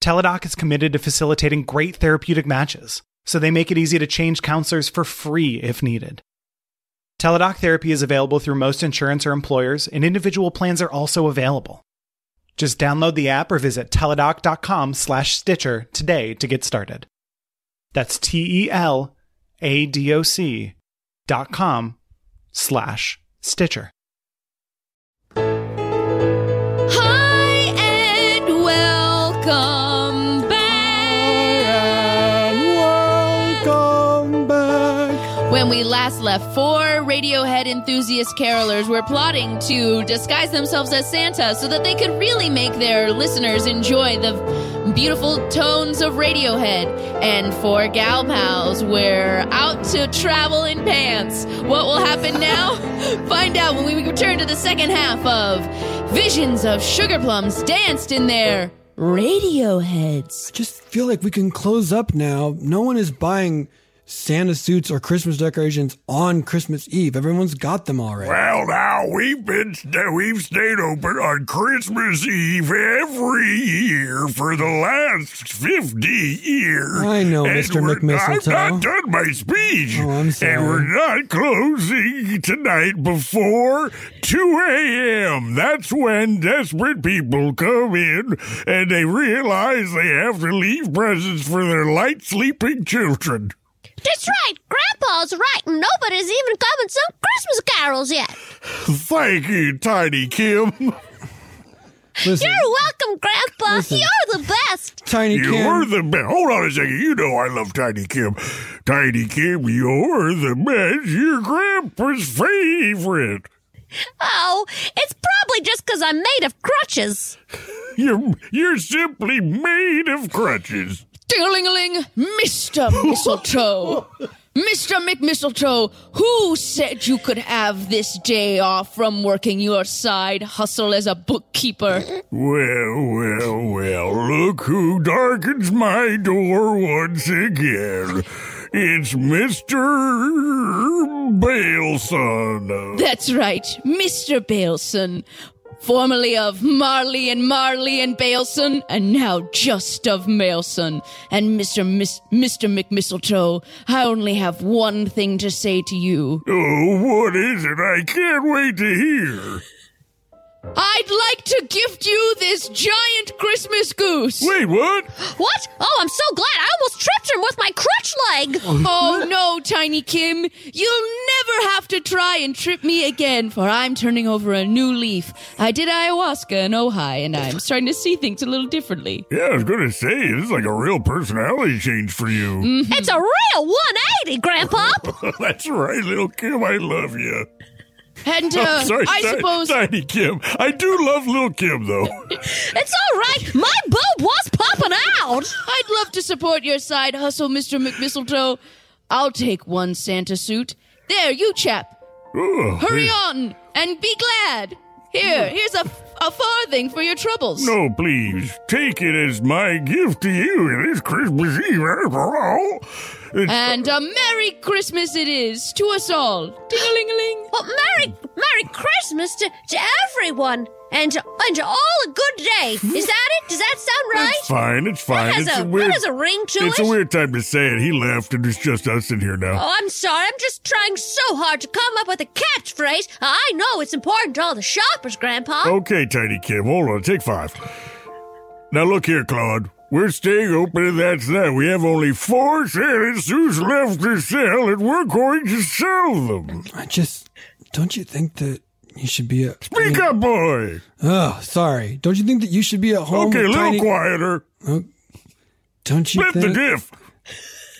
Speaker 13: TeleDoc is committed to facilitating great therapeutic matches, so they make it easy to change counselors for free if needed. TeleDoc therapy is available through most insurance or employers, and individual plans are also available. Just download the app or visit teledoc.com slash Stitcher today to get started. That's T E L A D O C dot com slash Stitcher.
Speaker 3: Hi and welcome back.
Speaker 8: welcome back.
Speaker 5: When we last left four Radiohead enthusiast carolers were plotting to disguise themselves as Santa so that they could really make their listeners enjoy the beautiful tones of Radiohead. And four gal pals were out to travel in pants. What will happen now? Find out when we return to the second half of Visions of Sugar Plums Danced in Their Radioheads.
Speaker 14: I just feel like we can close up now. No one is buying Santa suits or Christmas decorations on Christmas Eve. Everyone's got them already.
Speaker 15: Well, now we've been st- we've stayed open on Christmas Eve every year for the last fifty years.
Speaker 14: I know,
Speaker 15: And
Speaker 14: Mr.
Speaker 15: we're-
Speaker 14: McMistletoe.
Speaker 15: I'm not done my speech.
Speaker 14: Oh, I'm
Speaker 15: And we're
Speaker 14: sorry.
Speaker 15: not closing tonight before 2 a.m. That's when desperate people come in and they realize they have to leave presents for their light sleeping children.
Speaker 3: That's right, Grandpa's right, and nobody's even coming some Christmas carols yet.
Speaker 15: Thank you, Tiny Kim.
Speaker 3: You're welcome, Grandpa. You're the best.
Speaker 15: You're the best. Hold on a second. You know I love Tiny Kim. Tiny Kim, you're the best. Your grandpa's favorite.
Speaker 12: Oh, it's probably just because I'm made of crutches.
Speaker 15: You're you're simply made of crutches.
Speaker 5: Ding-a-ling-a-ling, Mr. Mistletoe. Mr. McMistletoe, who said you could have this day off from working your side hustle as a bookkeeper?
Speaker 15: Well, well, well, look who darkens my door once again. It's Mr. Baleson.
Speaker 5: That's right, Mr. Baleson, formerly of Marley and Marley and Baleson, and now just of Maleson. And Mr. Mis- Mr. McMistletoe, I only have one thing to say to you.
Speaker 15: Oh, what is it? I can't wait to hear.
Speaker 5: I'd like to gift you this giant Christmas goose.
Speaker 15: Wait, what?
Speaker 12: What? Oh, I'm so glad. I almost tripped him with my crutch leg.
Speaker 5: oh no, Tiny Kim. You'll never have to try and trip me again, for I'm turning over a new leaf. I did ayahuasca in Ojai, and I'm starting to see things a little differently.
Speaker 15: Yeah, I was gonna say this is like a real personality change for you.
Speaker 12: It's a real 180, Grandpa.
Speaker 15: That's right, little Kim. I love you.
Speaker 5: And uh,
Speaker 15: I'm Oh, sorry,
Speaker 5: I
Speaker 15: Ti-
Speaker 5: suppose
Speaker 15: Tiny Kim. I do love little Kim though.
Speaker 12: It's all right. My boob was popping out.
Speaker 5: I'd love to support your side hustle, Mr. McMistletoe. I'll take one Santa suit. There, you chap.
Speaker 15: Ugh.
Speaker 5: Hurry on and be glad. Here, here's a, a farthing for your troubles.
Speaker 15: No, please take it as my gift to you. It is Christmas Eve after all. It's-
Speaker 5: And a Merry Christmas it is to us all. Ding-a-ling-a-ling.
Speaker 12: Well, Merry Merry Christmas to, to everyone and to, and to all a good day. Is that it? Does that sound right?
Speaker 15: It's fine. It's fine.
Speaker 12: That has
Speaker 15: it's
Speaker 12: a- that has a ring to
Speaker 15: It's a
Speaker 12: it.
Speaker 15: weird time to say it. He left, and it's just us in here now.
Speaker 12: Oh, I'm sorry. I'm just trying so hard to come up with a catchphrase. I know it's important to all the
Speaker 15: Oh,
Speaker 12: shoppers, Grandpa.
Speaker 15: Okay, Tiny Kim. Hold on. Take five. Now look here, Claude. We're staying open, and that's that. We have only four Santa suits left to sell, and we're going to sell them.
Speaker 4: I just don't you think that you should be a
Speaker 15: Speak up, boy.
Speaker 4: Oh, sorry. Don't you think that you should be at home?
Speaker 15: Okay, a
Speaker 4: with
Speaker 15: little
Speaker 4: tiny-
Speaker 15: quieter.
Speaker 4: Oh, don't you
Speaker 15: Split the
Speaker 4: think?
Speaker 15: diff.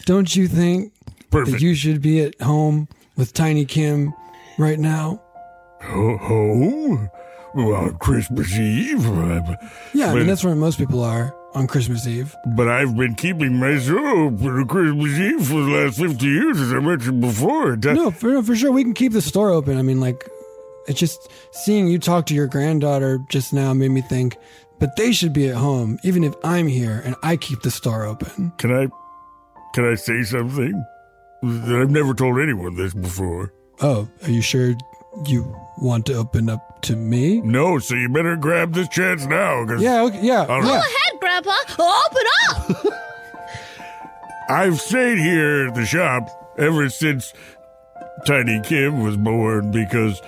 Speaker 4: Don't you think
Speaker 15: Perfect.
Speaker 4: that you should be at home with Tiny Kim right now?
Speaker 15: Ho- Home Well, on Christmas Eve. uh,
Speaker 4: Yeah, I
Speaker 15: but-
Speaker 4: mean that's where most people are on Christmas Eve.
Speaker 15: But I've been keeping myself for Christmas Eve for the last 50 years, as I mentioned before. That-
Speaker 4: No, for, for sure we can keep the store open. I mean, like, it's just seeing you talk to your granddaughter just now made me think. But they should be at home, even if I'm here and I keep the store open.
Speaker 15: Can I, can I say something? I've never told anyone this before.
Speaker 4: Oh, are you sure you want to open up to me?
Speaker 15: No, so you better grab this chance now. 'cause-
Speaker 4: Yeah, okay, yeah,
Speaker 15: All
Speaker 4: yeah.
Speaker 15: right.
Speaker 12: ahead, Grandpa. Open up.
Speaker 15: I've stayed here at the shop ever since Tiny Kim was born because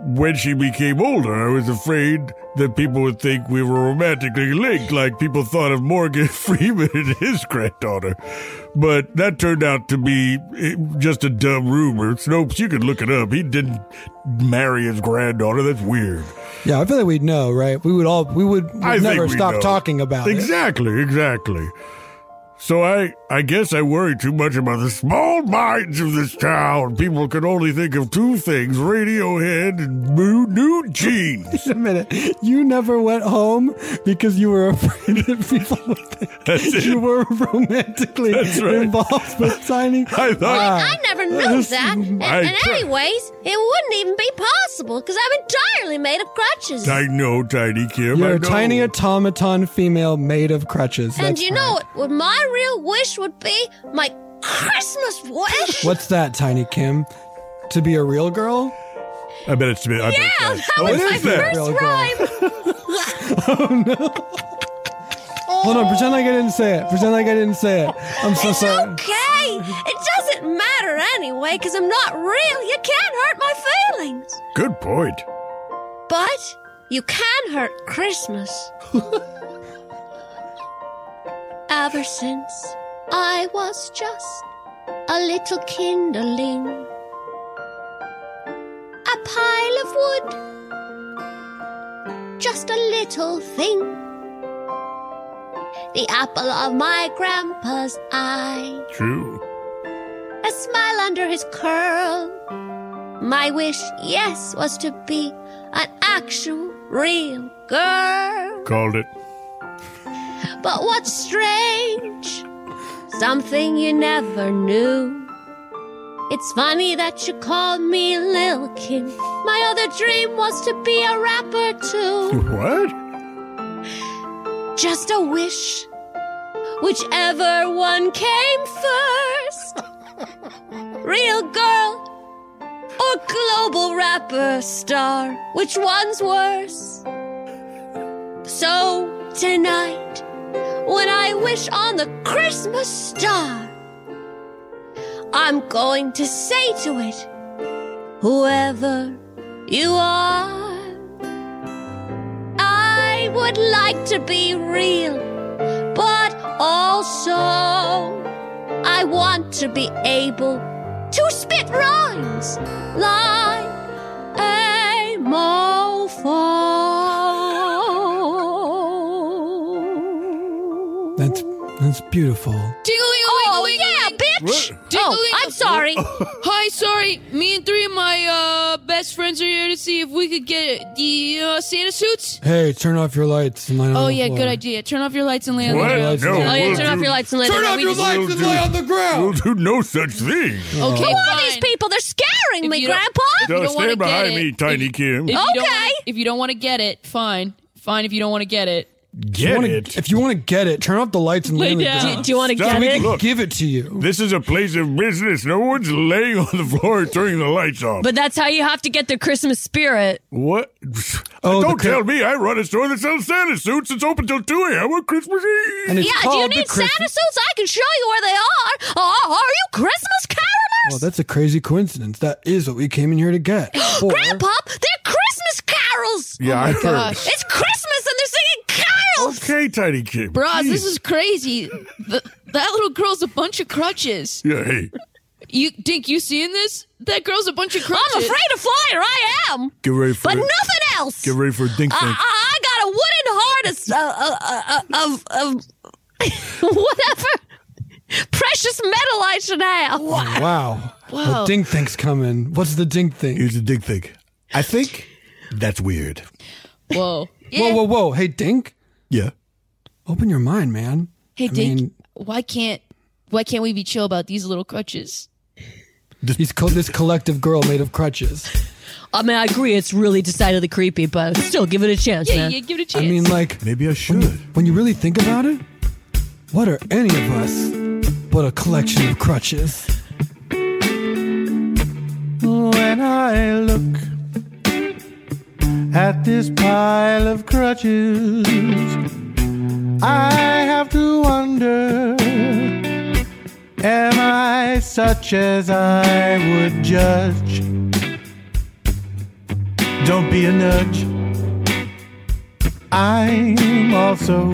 Speaker 15: when she became older, I was afraid that people would think we were romantically linked, like people thought of Morgan Freeman and his granddaughter. But that turned out to be eh, just a dumb rumor. Snopes, you can look it up. He didn't marry his granddaughter. That's weird.
Speaker 4: Yeah, I feel like we'd know, right? We would all, we would we'd
Speaker 15: I
Speaker 4: never
Speaker 15: think we
Speaker 4: stop
Speaker 15: know.
Speaker 4: talking about
Speaker 15: exactly, it. Exactly, So I, I guess I worry too much about the small minds of this town. People can only think of two things: Radiohead and new, new jeans.
Speaker 4: Wait a minute. You never went home because you were afraid that people would think
Speaker 15: That's it.
Speaker 4: you were romantically
Speaker 15: That's right.
Speaker 4: involved with Tiny.
Speaker 15: I thought-
Speaker 12: I never knew that. And,
Speaker 15: I
Speaker 12: and
Speaker 15: tr-
Speaker 12: anyways, it wouldn't even be possible because I'm entirely made of crutches.
Speaker 15: I know, Tiny Kim.
Speaker 4: You're
Speaker 15: I
Speaker 4: a
Speaker 15: know.
Speaker 4: tiny automaton female made of crutches.
Speaker 12: and
Speaker 4: That's
Speaker 12: you
Speaker 4: fine.
Speaker 12: know what? What my real wish would be? My Christmas wish?
Speaker 4: What's that, Tiny Kim? To be a real girl?
Speaker 15: I bet it's. I bet
Speaker 12: Yeah,
Speaker 15: it's-
Speaker 12: that was my first rhyme.
Speaker 4: Real girl. Oh no. Hold on, pretend like I didn't say it. Pretend like I didn't say it. I'm so sorry.
Speaker 12: Okay, it doesn't matter anyway because I'm not real. You can't hurt my feelings.
Speaker 15: Good point.
Speaker 12: But you can hurt Christmas. Ever since I was just a little kindling, a pile of wood, just a little thing, the apple of my grandpa's eye
Speaker 15: True.
Speaker 12: a smile under his curl. My wish, yes, was to be an actual real girl.
Speaker 15: Called it.
Speaker 12: But what's strange? Something you never knew. It's funny that you called me Lilkin. My other dream was to be a rapper too.
Speaker 15: What?
Speaker 12: Just a wish. Whichever one came first. Real girl or global rapper star. Which one's worse? So tonight, when I wish on the Christmas star, I'm going to say to it, whoever you are, I would like to be real, but also I want to be able to spit rhymes like a mofo.
Speaker 4: That's that's beautiful.
Speaker 12: oh, yeah, bitch! Oh, I'm sorry.
Speaker 5: Hi, sorry. Me and three of my uh, best friends are here to see if we could get the uh, Santa suits.
Speaker 4: Hey, turn off your lights and lie on
Speaker 5: Oh
Speaker 4: the
Speaker 5: yeah,
Speaker 4: floor.
Speaker 5: good idea. Turn off your lights and lay on
Speaker 15: What?
Speaker 5: the ground.
Speaker 15: No,
Speaker 5: oh yeah,
Speaker 15: we'll
Speaker 5: turn off
Speaker 15: do-
Speaker 5: your lights and lay on the
Speaker 15: Turn
Speaker 5: ground.
Speaker 15: off your lights and lay on
Speaker 4: the ground.
Speaker 15: We'll do no such thing.
Speaker 12: Who are these people? They're scaring me, Grandpa.
Speaker 15: No, stand behind me, Tiny Kim.
Speaker 5: If you don't wanna- if you don't want to get it, fine. Fine if you don't want to get it.
Speaker 4: If you
Speaker 15: Get
Speaker 4: wanna-
Speaker 15: it.
Speaker 4: If you want to get it, turn off the lights and
Speaker 5: Lay
Speaker 4: lay on the
Speaker 5: down.
Speaker 4: ground.
Speaker 5: Do- do you wanna
Speaker 4: So
Speaker 5: get
Speaker 4: we
Speaker 5: it?
Speaker 4: can
Speaker 15: Look.
Speaker 4: give it to you.
Speaker 15: This is a place of business. No one's laying on the floor and turning the lights off.
Speaker 6: But that's how you have to get the Christmas spirit.
Speaker 15: What?
Speaker 4: Oh,
Speaker 15: Don't
Speaker 4: the
Speaker 15: tell me I run a store that sells Santa suits. It's open till 2 a.m. on Christmas Eve.
Speaker 12: yeah, do you need Santa suits? I can show you where they are. Oh, are you Christmas carolers?
Speaker 4: Well, Oh, that's a crazy coincidence. That is what we came in here to get. For-
Speaker 12: Grandpa, they're Christmas carols.
Speaker 4: Yeah, Oh my I heard. gosh.
Speaker 12: It's Christmas and they're singing carols.
Speaker 15: Okay, tiny kid.
Speaker 5: Bros, this
Speaker 15: Jeez.
Speaker 5: is crazy. Th that little girl's a bunch of crutches.
Speaker 15: Yeah, hey,
Speaker 5: You Dink, you seeing this? That girl's a bunch of crutches.
Speaker 12: I'm afraid of fire. I am.
Speaker 15: get ready for
Speaker 12: But
Speaker 15: it.
Speaker 12: nothing else.
Speaker 15: Get ready for a dink
Speaker 12: I,
Speaker 5: Uh,
Speaker 15: dink.
Speaker 12: I, I got a wooden heart of, uh, uh, uh, uh, of, of whatever precious metal I should have.
Speaker 8: Wow.
Speaker 12: Wow.
Speaker 8: The dink think's coming. What's the dink thing? Here's
Speaker 4: the dink thing. I think that's weird.
Speaker 5: Whoa.
Speaker 8: Whoa, whoa, whoa. Hey, dink.
Speaker 4: Yeah.
Speaker 8: Open your mind, man.
Speaker 5: Hey,
Speaker 8: I
Speaker 5: Dink,
Speaker 8: mean-
Speaker 5: why can't why can't we be chill about these little crutches?
Speaker 8: He's co- this collective girl made of crutches.
Speaker 12: I mean, I agree. It's really decidedly creepy, but still, give it a chance, man.
Speaker 5: give it
Speaker 8: I mean, like
Speaker 4: maybe I should. When
Speaker 8: you, when you really think about it, what are any of us but a collection of crutches?
Speaker 9: When I look at this pile of crutches, I have to wonder Am I such as I would judge? Don't be a nudge. I'm also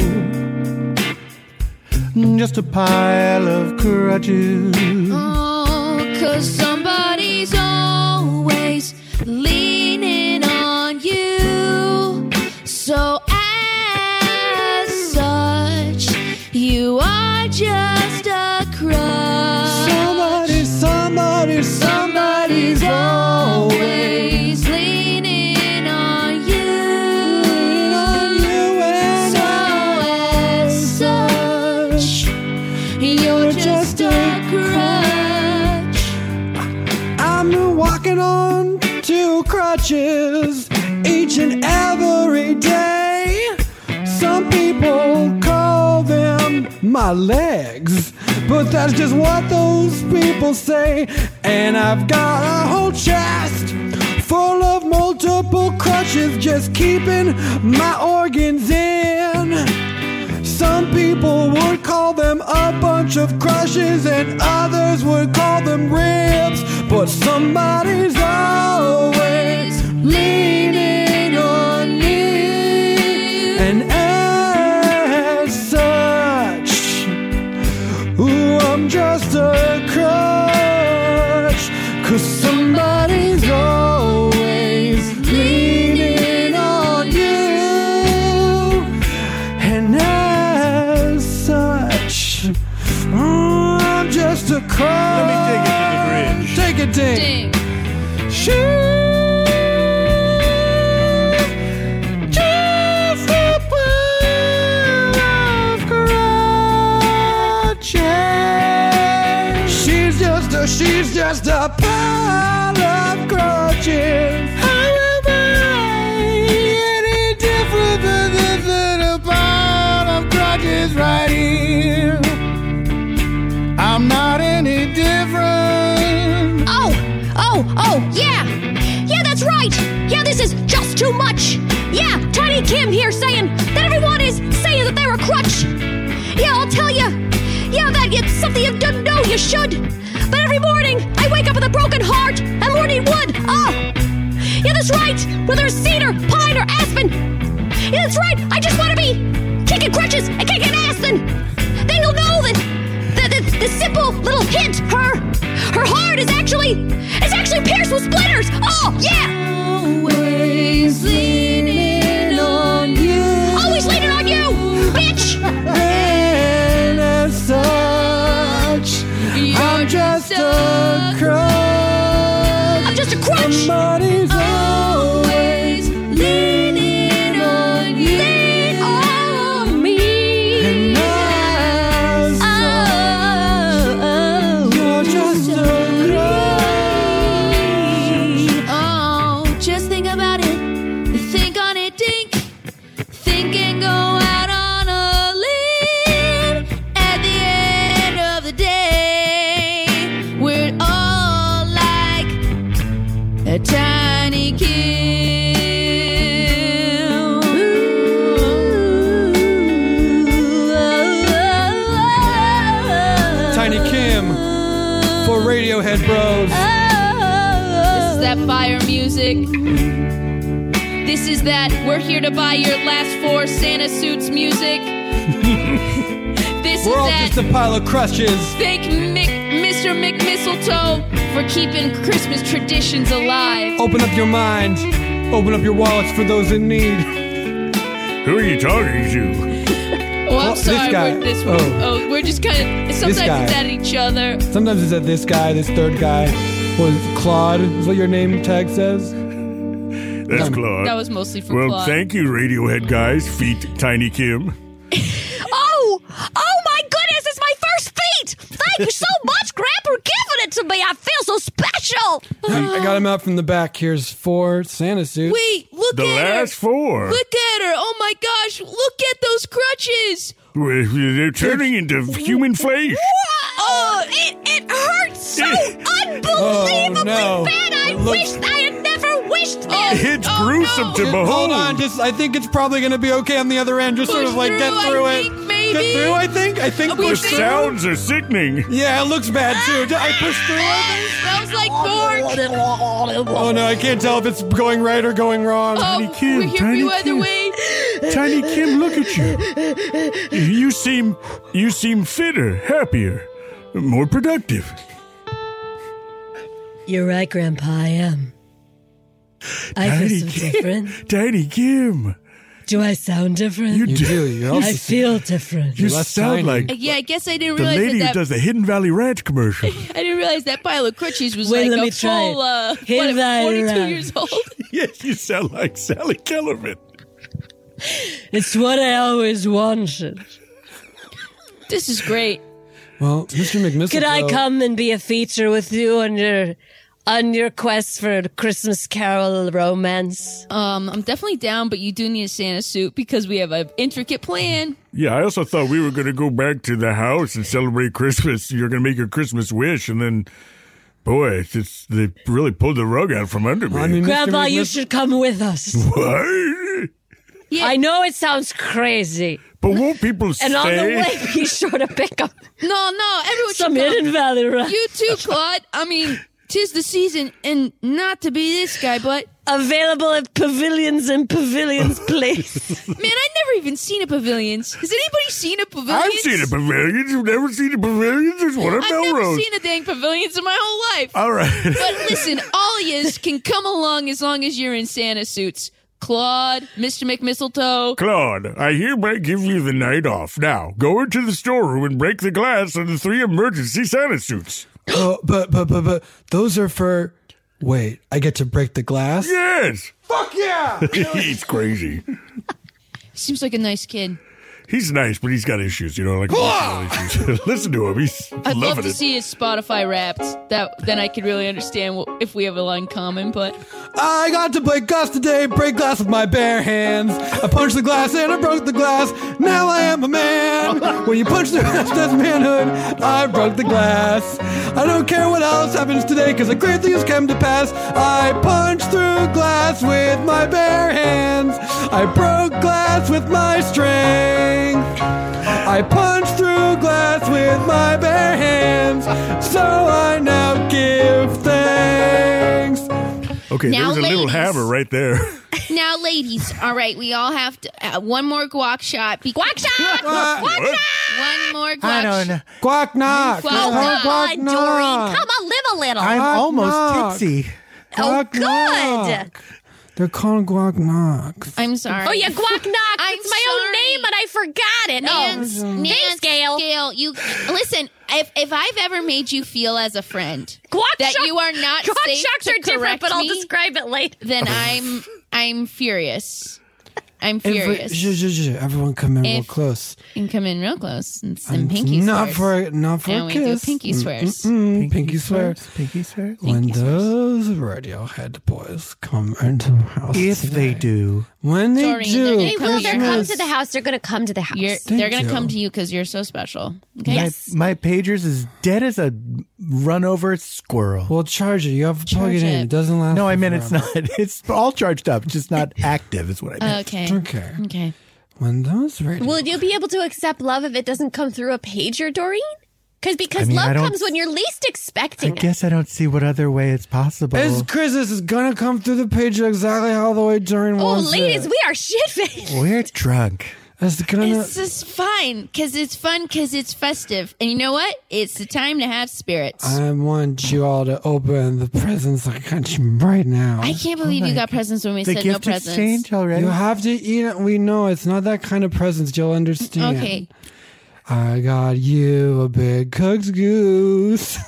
Speaker 9: just a pile of crutches.
Speaker 3: Oh, cause somebody's always leaning on you. So as such, you are just a crutch.
Speaker 8: Somebody, somebody,
Speaker 3: somebody's always leaning on you. So as such, you're just a crutch.
Speaker 8: I'm walking on two crutches each and every day. Some people call them my legs, but that's just what those people say. And I've got a whole chest full of multiple crutches, just keeping my organs in. Some people would call them a bunch of crushes, and others would call them ribs. But somebody's always leaning on me, and as such, ooh, I'm just a crutch. Cause somebody's always leaning on you. And as such, mm, I'm just a crutch. Let me take it to the bridge. Take it, ding. She's just a pile of crutches. She's just a, she's just a pile of crutches. How am I any different than this little pile of crutches right here?
Speaker 9: I'm not any different.
Speaker 3: Oh, oh, oh, yeah. Yeah, that's right. Yeah, this is just too much. Yeah, Tiny Kim here saying that everyone is saying that they're a crutch. Yeah, I'll tell you. Yeah, that it's something you don't know you should. But every morning, I wake up with a broken heart and morning wood. Oh, yeah, that's right. Whether it's cedar, pine, or aspen. Yeah, that's right. I just want to be kicking crutches and kicking ass then. Then you'll know that the, the, the simple little hint, her her heart is actually is actually pierced with splinters. Oh yeah. Always leaning on you. Always leaning on you, bitch.
Speaker 8: And as such, I'm just a crutch.
Speaker 3: I'm just a crutch.
Speaker 8: Somebody's
Speaker 3: always leaning on you. Lean on me. And
Speaker 8: as
Speaker 3: such,
Speaker 8: you're just a
Speaker 3: crutch. Oh, just think about it. Think on it, dink. Think and go out on a limb. At the end of the day, we're all like
Speaker 11: Oh,
Speaker 3: a tiny Kim.
Speaker 8: Tiny Kim for Radiohead Bros.
Speaker 5: This is that fire music. This is that. We're here to buy your last four Santa suits music. This
Speaker 8: We're
Speaker 5: is
Speaker 8: all
Speaker 5: that.
Speaker 8: just a pile of crushes.
Speaker 5: Thank Mick, Mr. McMistletoe for keeping Christmas traditions alive.
Speaker 8: Open up your mind. Open up your wallets for those in need.
Speaker 5: uh.
Speaker 15: Who are you talking to?
Speaker 5: Oh, I'm
Speaker 8: Well, this
Speaker 5: sorry.
Speaker 8: guy-
Speaker 5: We're, this,
Speaker 8: oh.
Speaker 5: oh, we're just kind of.
Speaker 8: guy.
Speaker 5: Sometimes it's at each other.
Speaker 8: Sometimes it's at this guy, this third guy. Was Claude? Is what your name tag says?
Speaker 15: That's
Speaker 4: Um,
Speaker 15: Claude.
Speaker 5: That was mostly for
Speaker 15: well,
Speaker 5: Claude.
Speaker 15: thank you, Radiohead guys. Feet, Tiny Kim.
Speaker 11: Oh, oh my goodness, it's my first feet. Thank you so much, Grandpa, for giving it to me. I feel so special.
Speaker 8: I I got him out from the back. Here's four Santa suits.
Speaker 5: Uh-huh. Wait, look at her. Look at her. Oh my gosh. Look at those crutches.
Speaker 15: They're turning into human flesh.
Speaker 11: Oh, it, it hurts so unbelievably
Speaker 8: Oh, no.
Speaker 11: bad. I
Speaker 8: It looks-
Speaker 11: wished I had never wished this.
Speaker 8: Oh,
Speaker 11: Oh,
Speaker 8: Just- Hold on, just I think it's probably going to be okay on the other end. Just sort
Speaker 11: Push
Speaker 8: of like get
Speaker 11: through, I
Speaker 8: through it.
Speaker 11: think, maybe.
Speaker 8: Get through, I think. I think
Speaker 15: The
Speaker 8: push through.
Speaker 15: sounds are sickening.
Speaker 8: Yeah, it looks bad too. Did I pushed through.
Speaker 5: Smells like pork.
Speaker 8: Oh no, I can't tell if it's going right or going
Speaker 11: Oh,
Speaker 8: wrong.
Speaker 5: Tiny
Speaker 15: Kim, we're here for Tiny you either Kim.
Speaker 5: way.
Speaker 15: Tiny Kim, look at you. You seem you seem fitter, happier, more productive.
Speaker 12: You're right, Grandpa. I am. I
Speaker 15: Daddy
Speaker 12: feel so
Speaker 15: Kim.
Speaker 12: different.
Speaker 15: Daddy Kim.
Speaker 12: Do I sound different?
Speaker 15: You You do. do. You're also-
Speaker 12: I feel different.
Speaker 15: You sound
Speaker 5: Uh,
Speaker 15: like
Speaker 5: yeah, I guess I
Speaker 15: the
Speaker 5: didn't realize
Speaker 15: lady who
Speaker 5: that. that
Speaker 15: does the Hidden Valley Ranch commercial.
Speaker 5: I didn't realize that pile of crutches was
Speaker 12: Wait,
Speaker 5: like
Speaker 12: let
Speaker 5: a
Speaker 12: me try
Speaker 5: full,
Speaker 12: it.
Speaker 5: uh,
Speaker 12: Hit
Speaker 5: what,
Speaker 12: that
Speaker 5: 42
Speaker 12: around.
Speaker 5: years old.
Speaker 15: yes, you sound like Sally Kellerman.
Speaker 12: It's what I always wanted.
Speaker 5: This is great.
Speaker 8: Well, Mr. McMistletoe.
Speaker 12: Could I come and be a feature with you on your on your quest for a Christmas Carol romance?
Speaker 5: Um, I'm definitely down, but you do need a Santa suit because we have an intricate plan.
Speaker 15: Yeah, I also thought we were going to go back to the house and celebrate Christmas. You're going to make a Christmas wish, and then, boy, it's, it's- they really pulled the rug out from under me.
Speaker 12: Grandpa, you should come with us.
Speaker 15: What?
Speaker 12: I know it sounds crazy.
Speaker 15: But won't people
Speaker 12: and
Speaker 15: stay?
Speaker 12: on the way, he's sure to pick up.
Speaker 5: No, no, everyone
Speaker 12: Some
Speaker 5: should come.
Speaker 12: Hidden Valley Ranch.
Speaker 5: You too, Claude. I mean, tis the season, and not to be this guy, but
Speaker 12: available at Pavilions and Pavilions Place.
Speaker 5: man, I never even seen a pavilions. Has anybody seen a pavilions?
Speaker 15: I've seen a pavilion. You've never seen a pavilion? There's one at
Speaker 5: I've never
Speaker 15: Melrose.
Speaker 5: seen a dang pavilions in my whole life.
Speaker 15: All right.
Speaker 5: But listen, all yous can come along as long as you're in Santa suits. Claude, Mr. McMistletoe.
Speaker 15: Claude, I hereby give you the night off. Now, go into the storeroom and break the glass on the three emergency Santa suits.
Speaker 8: Oh, but but but but those are for. Wait, I get to break the glass.
Speaker 15: Yes!
Speaker 8: Fuck yeah!
Speaker 15: he's crazy.
Speaker 5: Seems like a nice kid.
Speaker 15: He's nice, but he's got issues, you know, like emotional issues. Listen to him. He's
Speaker 5: I'd love
Speaker 15: loving
Speaker 5: to
Speaker 15: it.
Speaker 5: see his Spotify Wrapped. That then I could really understand what, if we have a lot in common. But
Speaker 8: I got to play glass today, break glass with my bare hands. I punched the glass and I broke the glass. Now I am a man. When you punch the glass, that's manhood. I broke the glass. I don't care what else happens today, cause the great things come to pass. I punched through glass with my bare hands. I broke glass with my strength. I punch through glass with my bare hands, so I now give thanks.
Speaker 15: Okay,
Speaker 5: Now,
Speaker 15: there was a little
Speaker 5: ladies.
Speaker 15: hammer right there.
Speaker 5: now, ladies, all right, we all have to, uh, one more guac shot. Be- guac shot.
Speaker 15: What?
Speaker 5: One more guac.
Speaker 9: I don't know.
Speaker 8: Guac knock.
Speaker 5: Guac
Speaker 9: Come on,
Speaker 5: knock.
Speaker 9: guac
Speaker 5: Come
Speaker 9: knock.
Speaker 11: Come on, live a little.
Speaker 9: I'm
Speaker 8: Knock,
Speaker 9: almost
Speaker 8: knock.
Speaker 9: tipsy.
Speaker 11: oh,
Speaker 8: Guac knock.
Speaker 11: good.
Speaker 8: They're called guac knocks.
Speaker 5: I'm sorry.
Speaker 11: Oh yeah, guac knock.
Speaker 5: I'm
Speaker 11: it's my own
Speaker 5: sorry.
Speaker 11: name, and I forgot it.
Speaker 5: Nance,
Speaker 11: oh,
Speaker 5: Nance,
Speaker 11: thanks, Gail.
Speaker 5: Gail, you listen. If if I've ever made you feel as a friend
Speaker 11: Guac
Speaker 5: that
Speaker 11: shuck-
Speaker 5: you are not
Speaker 11: guac
Speaker 5: safe
Speaker 11: shucks
Speaker 5: to
Speaker 11: are different,
Speaker 5: correct
Speaker 11: but I'll
Speaker 5: me,
Speaker 11: describe it later.
Speaker 5: then I'm I'm furious. I'm
Speaker 8: Every-
Speaker 5: furious.
Speaker 8: Zh, zh, zh. everyone come in real
Speaker 5: If-
Speaker 8: close.
Speaker 5: You can come in real close and some
Speaker 8: And
Speaker 5: pinky
Speaker 8: not
Speaker 5: swears.
Speaker 8: for not for
Speaker 5: Now
Speaker 8: a
Speaker 5: we do
Speaker 8: kiss.
Speaker 5: pinky
Speaker 8: Mm,
Speaker 5: swears.
Speaker 8: mm, mm, pinky, swears.
Speaker 9: Pinky swears.
Speaker 8: When those Radiohead boys come into the house,
Speaker 9: If they do.
Speaker 8: when they
Speaker 5: Doreen,
Speaker 8: do,
Speaker 5: they're gonna
Speaker 12: They will. They're come
Speaker 8: Christmas-
Speaker 12: to the house. They're going to come to the house.
Speaker 5: You're, they're
Speaker 9: Thank
Speaker 5: gonna
Speaker 9: you.
Speaker 5: come to you because you're so special. Okay.
Speaker 9: My, my pagers is dead as a run over squirrel.
Speaker 8: Well, charge it. You have to plug it in. It doesn't last.
Speaker 9: No, I meant it's not. It's all charged up, just not active. Is what I
Speaker 8: Uh,
Speaker 9: meant.
Speaker 5: Okay.
Speaker 8: Okay.
Speaker 5: Okay.
Speaker 8: When those radio
Speaker 12: Will you be able to accept love if it doesn't come through a pager, Doreen?
Speaker 6: Cause, because
Speaker 9: I mean, I
Speaker 6: love
Speaker 9: don't-
Speaker 6: comes when you're least
Speaker 9: I
Speaker 6: expecting it.
Speaker 9: guess I don't see what other way it's possible.
Speaker 8: This Christmas is gonna come through the page exactly how the way Darren
Speaker 5: Oh,
Speaker 8: wants
Speaker 5: ladies,
Speaker 8: it.
Speaker 5: we are shit faced.
Speaker 9: We're drunk.
Speaker 8: It's gonna.
Speaker 5: This is fine because it's fun because it's festive. And you know what? It's the time to have spirits.
Speaker 8: I want you all to open the presents I got you right now.
Speaker 5: I can't believe
Speaker 9: Oh
Speaker 5: you got presents when we said no presents.
Speaker 8: You have to eat it. We know it's not that kind of presents. You'll understand.
Speaker 5: Okay.
Speaker 8: I got you a big cooked goose,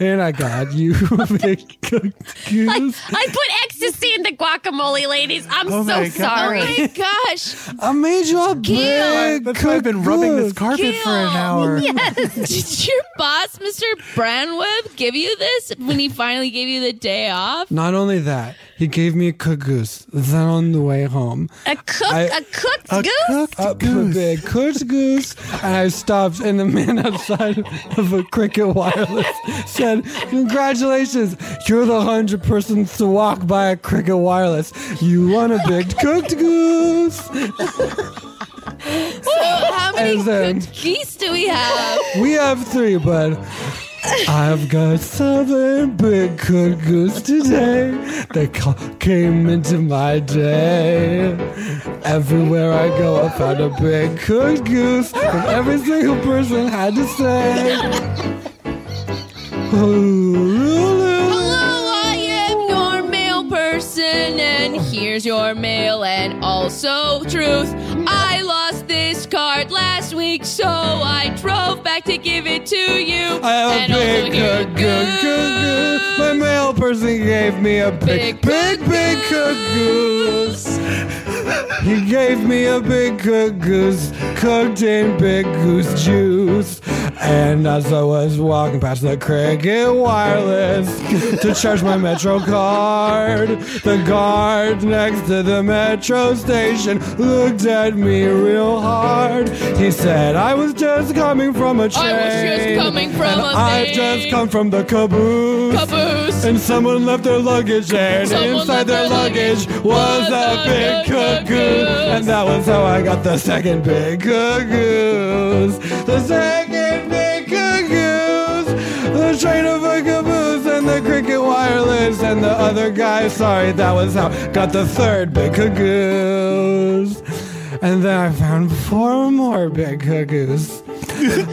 Speaker 8: and I got you a big cooked goose.
Speaker 6: I put ecstasy in the guacamole, ladies. I'm
Speaker 8: Oh
Speaker 6: so
Speaker 8: my God.
Speaker 6: sorry.
Speaker 8: Oh my
Speaker 5: gosh.
Speaker 8: I made you a big
Speaker 9: That's why I've been rubbing this carpet for an hour.
Speaker 5: Yes. Did your boss, Mr. Branweb, give you this when he finally gave you the day off?
Speaker 8: Not only that, he gave me a cooked goose. Then on the way home,
Speaker 5: A cook,
Speaker 8: I-
Speaker 5: a cooked
Speaker 8: a cooked goose. A big cooked goose. And I stopped, and the man outside of a cricket wireless said, Congratulations, you're the hundred persons to walk by a cricket wireless. You won a big cooked goose.
Speaker 5: So how many
Speaker 8: And then-
Speaker 5: cooked geese do we have?
Speaker 8: We have three, but I've got seven big cooked goose today that ca- came into my day. Everywhere I go, I found a big cooked goose, and every single person had to say, Oh,
Speaker 5: Hello, I am your mail person, and here's your mail, and also truth. I lost this card last week, so I drove back to give it to you.
Speaker 8: I have
Speaker 5: and
Speaker 8: a big
Speaker 5: here-
Speaker 8: cooked goose, cooked goose. My mail person gave me a big, big, big cooked goose. He gave me a big cooked goose, cooked in big goose juice. And as I was walking past the cricket wireless to charge my Metro card, the guard next to the Metro station looked at me real hard. He said, I was just coming from a train.
Speaker 14: I was just coming from
Speaker 8: and
Speaker 14: a
Speaker 8: I've
Speaker 14: thing."
Speaker 8: just come from the caboose.
Speaker 14: Caboose.
Speaker 8: And someone left their luggage, and
Speaker 14: Someone left
Speaker 8: inside
Speaker 14: their
Speaker 8: their luggage was a big cuckoo. And that was how I got the second big cuckoos. The second big cuckoos. The train of a caboose and the cricket wireless and the other guy. Sorry, that was how I got the third big cuckoos. And then I found four more big cuckoos.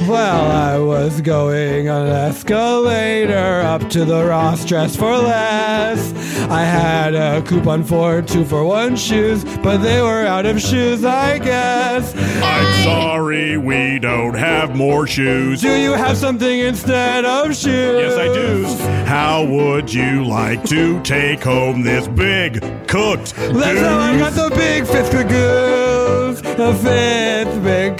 Speaker 8: Well, I was going on an escalator up to the Ross Dress for Less. I had a coupon for two for one shoes, but they were out of shoes, I guess.
Speaker 15: I'm sorry, we don't have more shoes.
Speaker 8: Do you have something instead of shoes? Yes, I do.
Speaker 15: How would you like to take home this big cooked?
Speaker 8: That's how I got the big fifth cagoose. The fifth big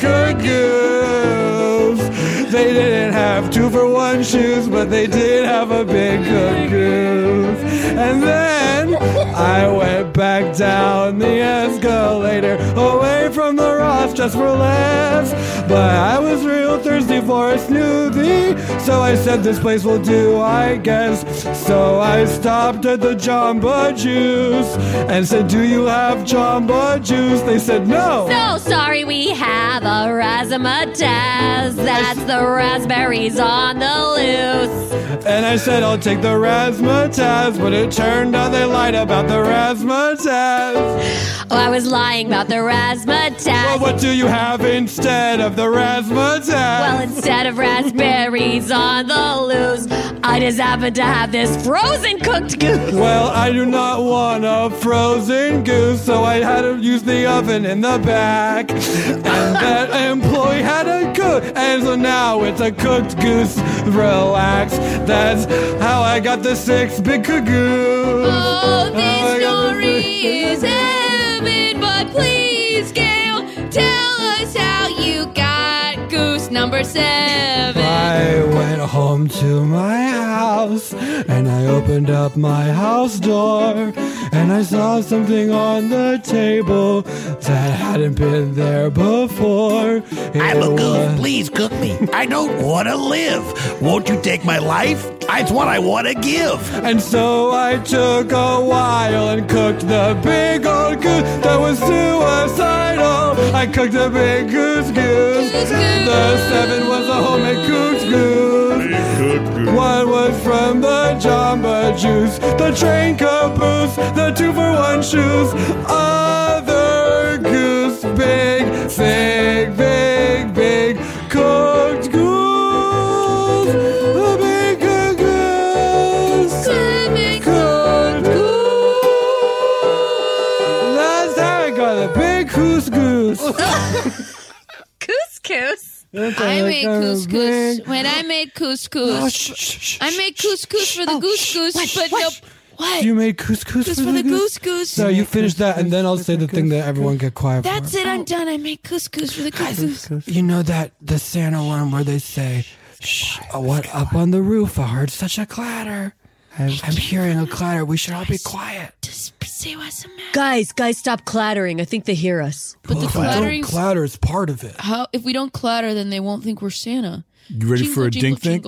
Speaker 8: cagoose. They didn't have two for one shoes, but they did have a big cagoose. And then I went back down the escalator away from the Ross just for laughs. But I was real thirsty for a smoothie, so I said this place will do, I guess. So I stopped at the Jamba Juice and said, Do you have Jamba Juice? They said, No.
Speaker 12: So sorry, we have a razzmatazz. That's the raspberries on the loose.
Speaker 8: And I said, I'll take the Razzmatazz, but it turned out they lied about the Razzmatazz.
Speaker 12: Oh, I was lying about the razzmatazz.
Speaker 8: Well, what do you have instead of the Razzmatazz?
Speaker 12: Well, instead of raspberries on the loose, I just happen to have this frozen cooked goose.
Speaker 8: Well, I do not want a frozen goose, so I had to use the oven in the back. And that employee had a cook, and so now it's a cooked goose. Relax, that's how I got the six big cagoos.
Speaker 5: Oh,
Speaker 8: How I
Speaker 5: this
Speaker 8: got the
Speaker 5: story
Speaker 8: six-
Speaker 5: is heaven, but please, Gail, tell us how you got goose number seven.
Speaker 8: I went home to my house and I opened up my house door and I saw something on the table that hadn't been there before.
Speaker 4: I'm a
Speaker 8: It
Speaker 4: goose.
Speaker 8: was-
Speaker 4: Please cook me. I don't want to live. Won't you take my life?
Speaker 7: It's what I want to give.
Speaker 8: And so I took a while and cooked the big old goose that was suicidal. I cooked the big goose goose. The seven was a homemade goose goose. One was from the Jamba Juice, the train caboose, the two for one shoes. Other goose, big, big, big, big cooked goose. The big goose. Cooked goose. That's how I got the big goose goose.
Speaker 5: Couscous.
Speaker 8: That's like
Speaker 5: I
Speaker 6: uh,
Speaker 5: make
Speaker 8: a
Speaker 5: couscous.
Speaker 8: big-
Speaker 5: When I make
Speaker 8: Oh,
Speaker 5: couscous, I make couscous
Speaker 6: Oh,
Speaker 5: for the goose goose, but no. What?
Speaker 8: You made couscous
Speaker 5: Just
Speaker 8: for, the goose
Speaker 5: goose?
Speaker 8: So you finish that, and then I'll say the thing that everyone get quiet for.
Speaker 5: That's it. I'm done. I make couscous for the goose goose.
Speaker 8: You know that the Santa one where they say, "Shh, what up on the roof? I heard such a clatter. I'm hearing a clatter. We should all be quiet."
Speaker 5: Say what's the matter.
Speaker 6: Guys, guys, stop clattering. I think they hear us.
Speaker 5: But the clattering's-
Speaker 8: clatter is part of it.
Speaker 5: How if we don't clatter, then they won't think we're Santa.
Speaker 9: You ready for a dink think?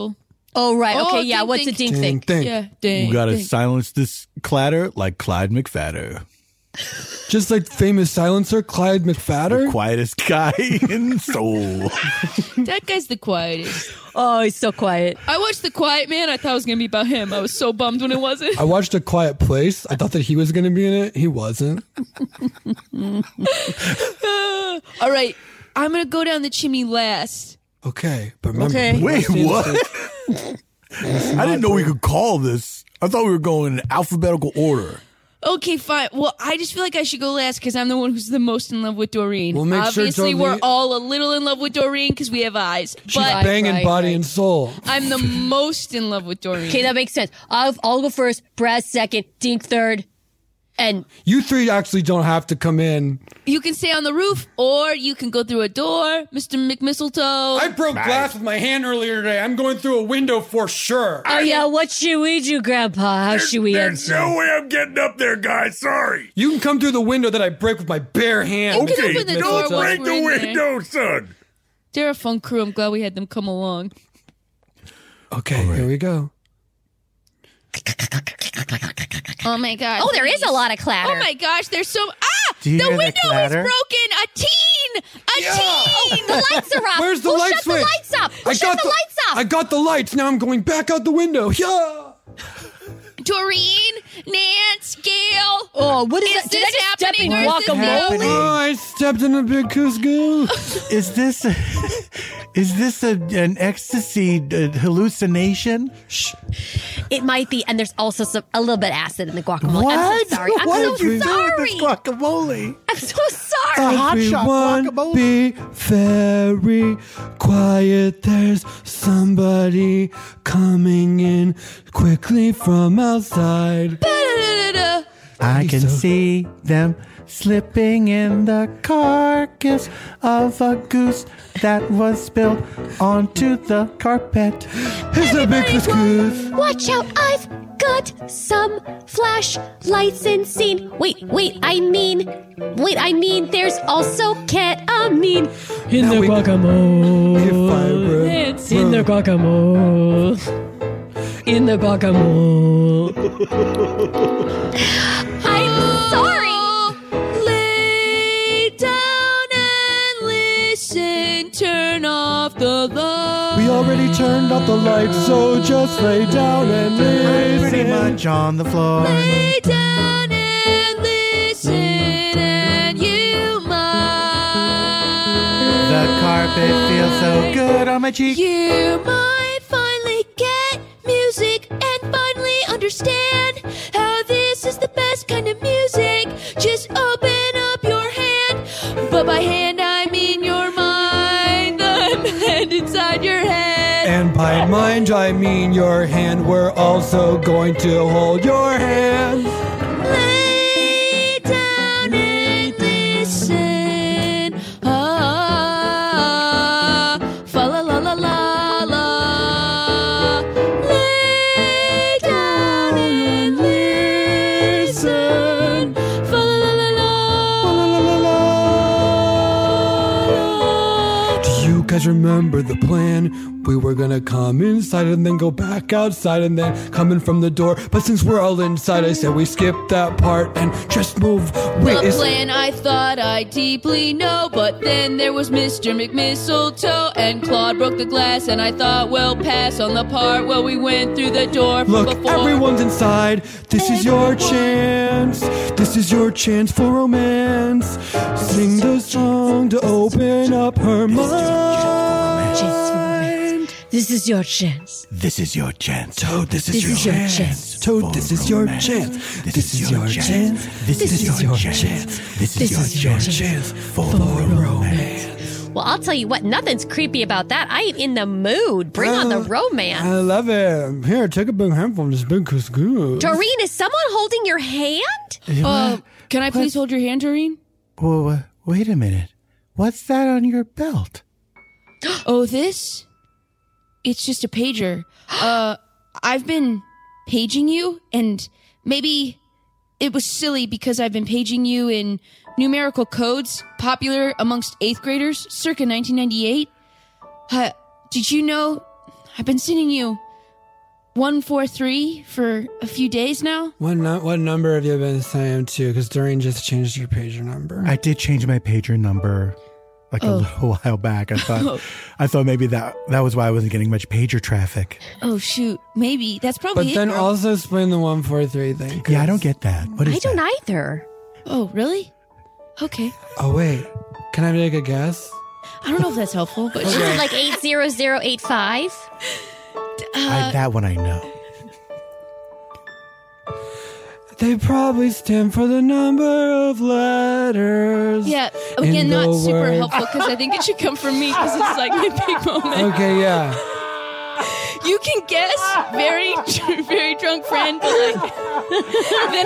Speaker 6: Oh right.
Speaker 5: Oh,
Speaker 6: Okay. Yeah.
Speaker 5: dink
Speaker 6: What's
Speaker 5: think.
Speaker 6: a dink,
Speaker 9: Dink
Speaker 6: think?
Speaker 9: think.
Speaker 5: Yeah. Dink.
Speaker 9: you gotta
Speaker 5: think.
Speaker 9: silence this clatter like Clyde McFadder,
Speaker 8: Just like famous silencer Clyde McFadder,
Speaker 9: quietest guy in soul.
Speaker 5: That guy's the quietest.
Speaker 6: Oh, he's so quiet.
Speaker 5: I watched The Quiet Man. I thought it was gonna be about him. I was so bummed when it wasn't.
Speaker 8: I watched A Quiet Place. I thought that he was going to be in it. He wasn't.
Speaker 5: All right, I'm gonna go down the chimney last.
Speaker 8: Okay, but remember,
Speaker 5: Okay.
Speaker 9: Wait,
Speaker 8: Santa
Speaker 9: what?
Speaker 8: says-
Speaker 9: I didn't know we could call this. I thought we were going in alphabetical order.
Speaker 5: Okay, fine. Well, I just feel like I should go last because I'm the one who's the most in love with Doreen.
Speaker 8: Well, make sure
Speaker 5: Obviously, we're
Speaker 8: Doreen-
Speaker 5: all a little in love with Doreen because we have eyes.
Speaker 8: She's
Speaker 5: but
Speaker 8: banging body and soul.
Speaker 5: I'm the most in love with Doreen.
Speaker 6: Okay, that makes sense. I'll, I'll go first. Brad second. Dink third. And
Speaker 8: You three actually don't have to come in.
Speaker 5: you can stay on the roof or you can go through a door, Mr. McMistletoe.
Speaker 8: I broke glass with my hand earlier today. I'm going through a window for sure.
Speaker 6: oh yeah, what should we do, Grandpa? How should we answer?
Speaker 8: way I'm getting up there, guys. Sorry. You can come through the window that I break with my bare hand.
Speaker 5: You can Okay, open the door don't once break we're the in there. window,
Speaker 8: son.
Speaker 5: They're a fun crew. I'm glad we had them come along.
Speaker 8: Okay, here we go.
Speaker 5: Oh my gosh.
Speaker 6: Oh, there is a lot of clatter.
Speaker 5: Oh my gosh, there's so. Ah!
Speaker 8: Do you
Speaker 5: the
Speaker 8: hear that
Speaker 5: window is
Speaker 8: clatter?
Speaker 5: broken! A teen! A teen!
Speaker 6: The lights are off.
Speaker 8: Where's the
Speaker 6: Who
Speaker 8: light
Speaker 6: shut
Speaker 8: switch?
Speaker 6: the lights up? Who shut the, lights off?
Speaker 8: I got the lights. Now I'm going back out the window. Yeah.
Speaker 5: Doreen, Nance, Gail.
Speaker 6: Oh, what is
Speaker 5: that?
Speaker 6: that? Did I
Speaker 5: this
Speaker 6: just step
Speaker 5: happening?
Speaker 6: in
Speaker 5: or is this
Speaker 6: guacamole?
Speaker 5: new?
Speaker 8: Oh, I stepped in a big couscous.
Speaker 9: Is this is this a, an ecstasy uh, hallucination?
Speaker 6: Shh. It might be, and there's also some a little bit of acid in the guacamole. I'm
Speaker 9: What?
Speaker 6: so sorry. I'm
Speaker 9: What
Speaker 6: so
Speaker 9: did you do with
Speaker 6: sorry.
Speaker 9: this guacamole?
Speaker 6: I'm so sorry.
Speaker 8: Everyone be very quiet. There's somebody coming in quickly from outside.
Speaker 5: Da-da-da-da-da.
Speaker 9: I can see them slipping in the carcass of a goose that was spilled onto the carpet.
Speaker 8: Here's a big couscous.
Speaker 12: Watch out, I've got some flashlights and scene. Wait, wait, I mean, wait, I mean, there's also ketamine.
Speaker 6: In the guacamole.
Speaker 12: It's
Speaker 6: in the guacamole. In the guacamole.
Speaker 12: I'm sorry.
Speaker 5: Lay down and listen. Turn off the light.
Speaker 8: We already turned off the lights, so just lay down and
Speaker 9: I'm pretty
Speaker 8: listen.
Speaker 9: much on the floor.
Speaker 5: Lay down and listen, and you might.
Speaker 9: The carpet feels so good on my cheek.
Speaker 5: You might finally get music and finally understand how this is the best kind of music. Just open up your hand, but by hand I mean your mind, the hand inside your head.
Speaker 8: And by mind, I mean your hand. We're also going to hold your hand.
Speaker 5: Lay down and listen. Ah, fa la la la la la. Lay down and listen. Fa la la la la.
Speaker 8: Do you guys
Speaker 4: Cause remember the plan? We were gonna come inside and then go back outside and then coming from the door. But since we're all inside, I said we skip that part and just move. Wait,
Speaker 5: The
Speaker 4: is-
Speaker 5: plan I thought I deeply know, but then there was Mr. McMistletoe, and Claude broke the glass, and I thought, well, pass on the part where we went through the door from
Speaker 4: Look,
Speaker 5: before.
Speaker 4: everyone's inside. This is your chance. This is your chance for romance. Sing the song to open up her mind.
Speaker 6: This is your chance.
Speaker 16: This is your chance.
Speaker 4: Toad, this is,
Speaker 6: This
Speaker 4: your,
Speaker 6: is your
Speaker 4: chance.
Speaker 6: chance.
Speaker 4: Toad, this is your chance. This, is your chance. This, is, your chance. This is your chance. for romance.
Speaker 6: Well, I'll tell you what, nothing's creepy about that. I am in the mood. Bring on
Speaker 5: Uh,
Speaker 6: the romance.
Speaker 4: I love it. Here, take a big handful. This big is good.
Speaker 6: Doreen, is someone holding your hand?
Speaker 5: Uh, can I please hold your hand, Doreen?
Speaker 9: Whoa, wha- wait a minute. What's that on your belt?
Speaker 5: oh, this? It's just a pager. Uh, I've been paging you, and maybe it was silly because I've been paging you in numerical codes popular amongst eighth graders circa 1998. Uh, did you know I've been sending you 143 for a few days now?
Speaker 4: What, nu- what number have you been saying to? Because Doreen just changed your pager number.
Speaker 9: I did change my pager number like a
Speaker 5: Oh.
Speaker 9: little while back. I thought I thought maybe that that was why I wasn't getting much pager traffic.
Speaker 5: Oh, shoot. Maybe. That's probably
Speaker 4: But
Speaker 5: it,
Speaker 4: then
Speaker 5: girl.
Speaker 4: also explain the 143 thing.
Speaker 9: Yeah, I don't get that. What is
Speaker 6: I don't either.
Speaker 5: Oh, really? uh, Okay.
Speaker 4: Oh, wait. Can I make a guess?
Speaker 5: I don't know if that's helpful, but
Speaker 6: Is
Speaker 4: Okay.
Speaker 6: it like 80085?
Speaker 4: Uh,
Speaker 9: I, that one I know.
Speaker 4: They probably stand for the number of letters.
Speaker 5: Oh, Yeah,
Speaker 4: in
Speaker 5: again, not
Speaker 4: the
Speaker 5: super
Speaker 4: word.
Speaker 5: helpful because I think it should come from me because it's like my big moment.
Speaker 4: Okay, yeah.
Speaker 5: You can guess, very, very drunk friend, but like, then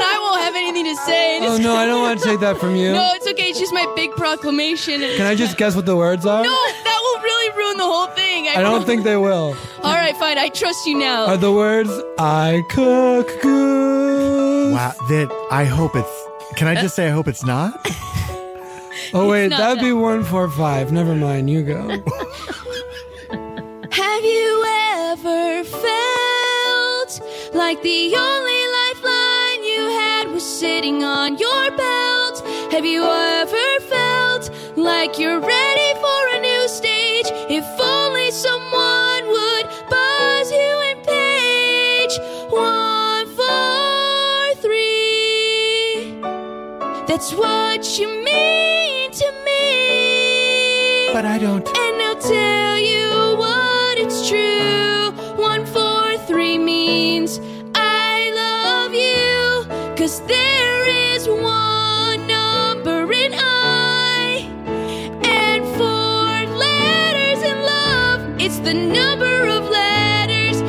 Speaker 5: I won't have anything to say. and
Speaker 4: Oh,
Speaker 5: it's-
Speaker 4: no, I don't want to take that from you.
Speaker 5: No, it's okay. It's just my big proclamation. and
Speaker 4: Can I just guess what the words are?
Speaker 5: No, that will really ruin the whole thing.
Speaker 4: I don't think they will.
Speaker 5: All right, fine. I trust you
Speaker 9: Oh.
Speaker 5: now.
Speaker 4: Are the words I cook good?
Speaker 9: Wow, that I hope it's. Can I just say I hope it's not?
Speaker 4: Oh wait,
Speaker 5: not
Speaker 4: that'd be one four five. Never mind, you go.
Speaker 5: Have you ever felt like the only lifeline you had was sitting on your belt? Have you ever felt like you're ready for a new stage? If only someone would buzz you and page one, four, three. That's what you mean to me.
Speaker 9: But I don't.
Speaker 5: And I'll tell you what it's true. 143 means I love you. Cause there is one number in I. And four letters in love. It's the number of letters.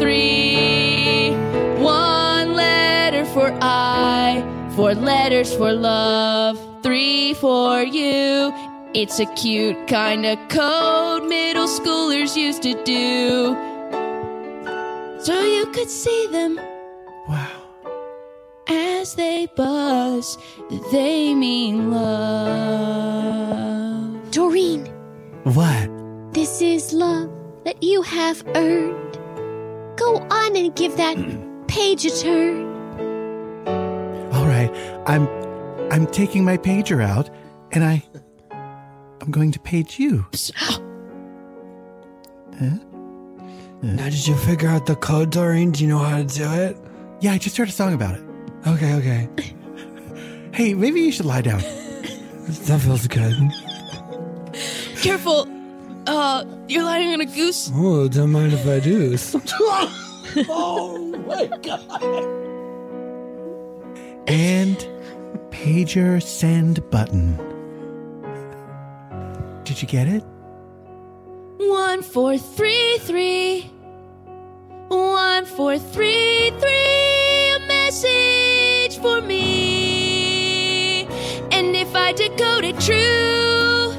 Speaker 5: 143. One letter for I. Four letters for love. Three for you. It's a cute kind of code middle schoolers used to do. So you could see them. Wow. As they buzz, they mean love.
Speaker 12: Doreen,
Speaker 9: What?
Speaker 12: this is love that you have earned. Go on and give that page a turn.
Speaker 9: All right, I'm. I'm taking my pager out, and I. I'm going to page you.
Speaker 4: Now, did you figure out the code, Doreen? Do you know how to do it?
Speaker 9: Yeah, I just heard a song about it.
Speaker 4: Okay, okay.
Speaker 9: Hey, maybe you should lie down.
Speaker 4: That feels good.
Speaker 5: Careful! Uh, you're lying on a goose.
Speaker 4: Oh, don't mind if I do.
Speaker 5: oh my god!
Speaker 9: And pager send button. Did you get it?
Speaker 5: One, four, three, three. One, four, three, three. A message for me. And if I decode it true,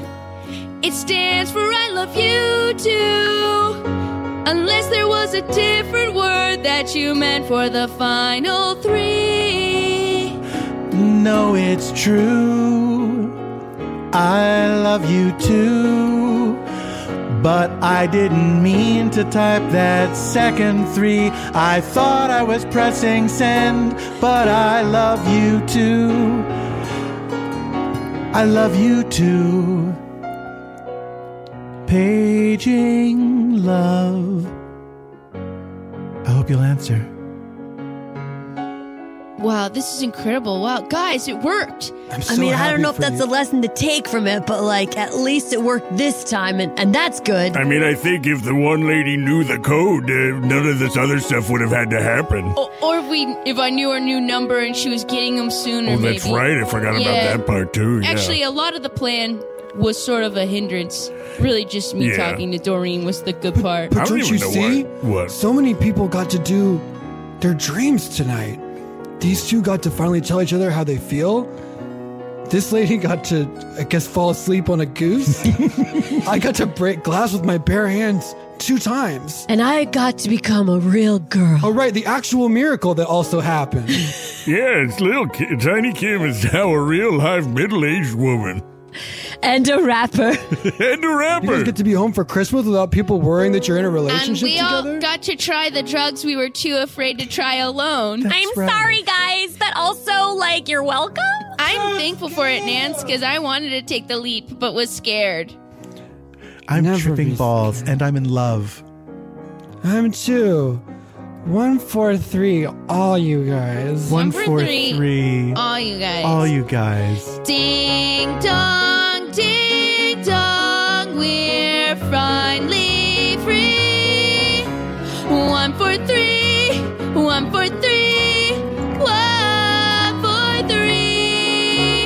Speaker 5: it stands for I love you too. Unless there was a different word that you meant for the final three.
Speaker 9: No, it's true. I love you too. But I didn't mean to type that second three. I thought I was pressing send, but I love you too. I love you too. Paging love. I hope you'll answer.
Speaker 5: Wow, this is incredible. Wow, guys, it worked.
Speaker 6: I mean, I don't know if that's a lesson to take from it, but like, at least it worked this time, and, and that's good.
Speaker 15: I mean, I think if the one lady knew the code, uh, none of this other stuff would have had to happen.
Speaker 5: Or, or if we, if I knew her new number and she was getting them sooner.
Speaker 15: Oh, that's
Speaker 5: maybe.
Speaker 15: right. I forgot
Speaker 5: Yeah.
Speaker 15: about that part, too. Yeah.
Speaker 5: Actually, uh, a lot of the plan was sort of a hindrance. Really, just me
Speaker 15: Yeah.
Speaker 5: talking to Doreen was the good part.
Speaker 15: I
Speaker 4: But don't, you see?
Speaker 15: What?
Speaker 4: So many people got to do their dreams tonight. These two got to finally tell each other how they feel. This lady got to, I guess, fall asleep on a goose. I got to break glass with my bare hands two times.
Speaker 6: And I got to become a real girl.
Speaker 4: Oh, right. The actual miracle that also happened.
Speaker 15: yeah, it's little Ki- Tiny Kim is now a real life middle aged woman.
Speaker 6: And a rapper.
Speaker 15: and a rapper.
Speaker 4: You guys get to be home for Christmas without people worrying that you're in a
Speaker 5: And
Speaker 4: relationship
Speaker 5: we all got to try the drugs we were too afraid to try alone.
Speaker 3: I'm sorry, guys, but also, like, you're welcome.
Speaker 5: I'm thankful for it, Nance, because I wanted to take the leap but was scared.
Speaker 9: I'm tripping balls and I'm in love.
Speaker 4: I'm two. One, four, three. All you guys.
Speaker 5: One, four, four, three. three. All you guys. All
Speaker 9: you guys.
Speaker 5: Ding dong, ding dong, we're finally free. One for three, one for three, one for three.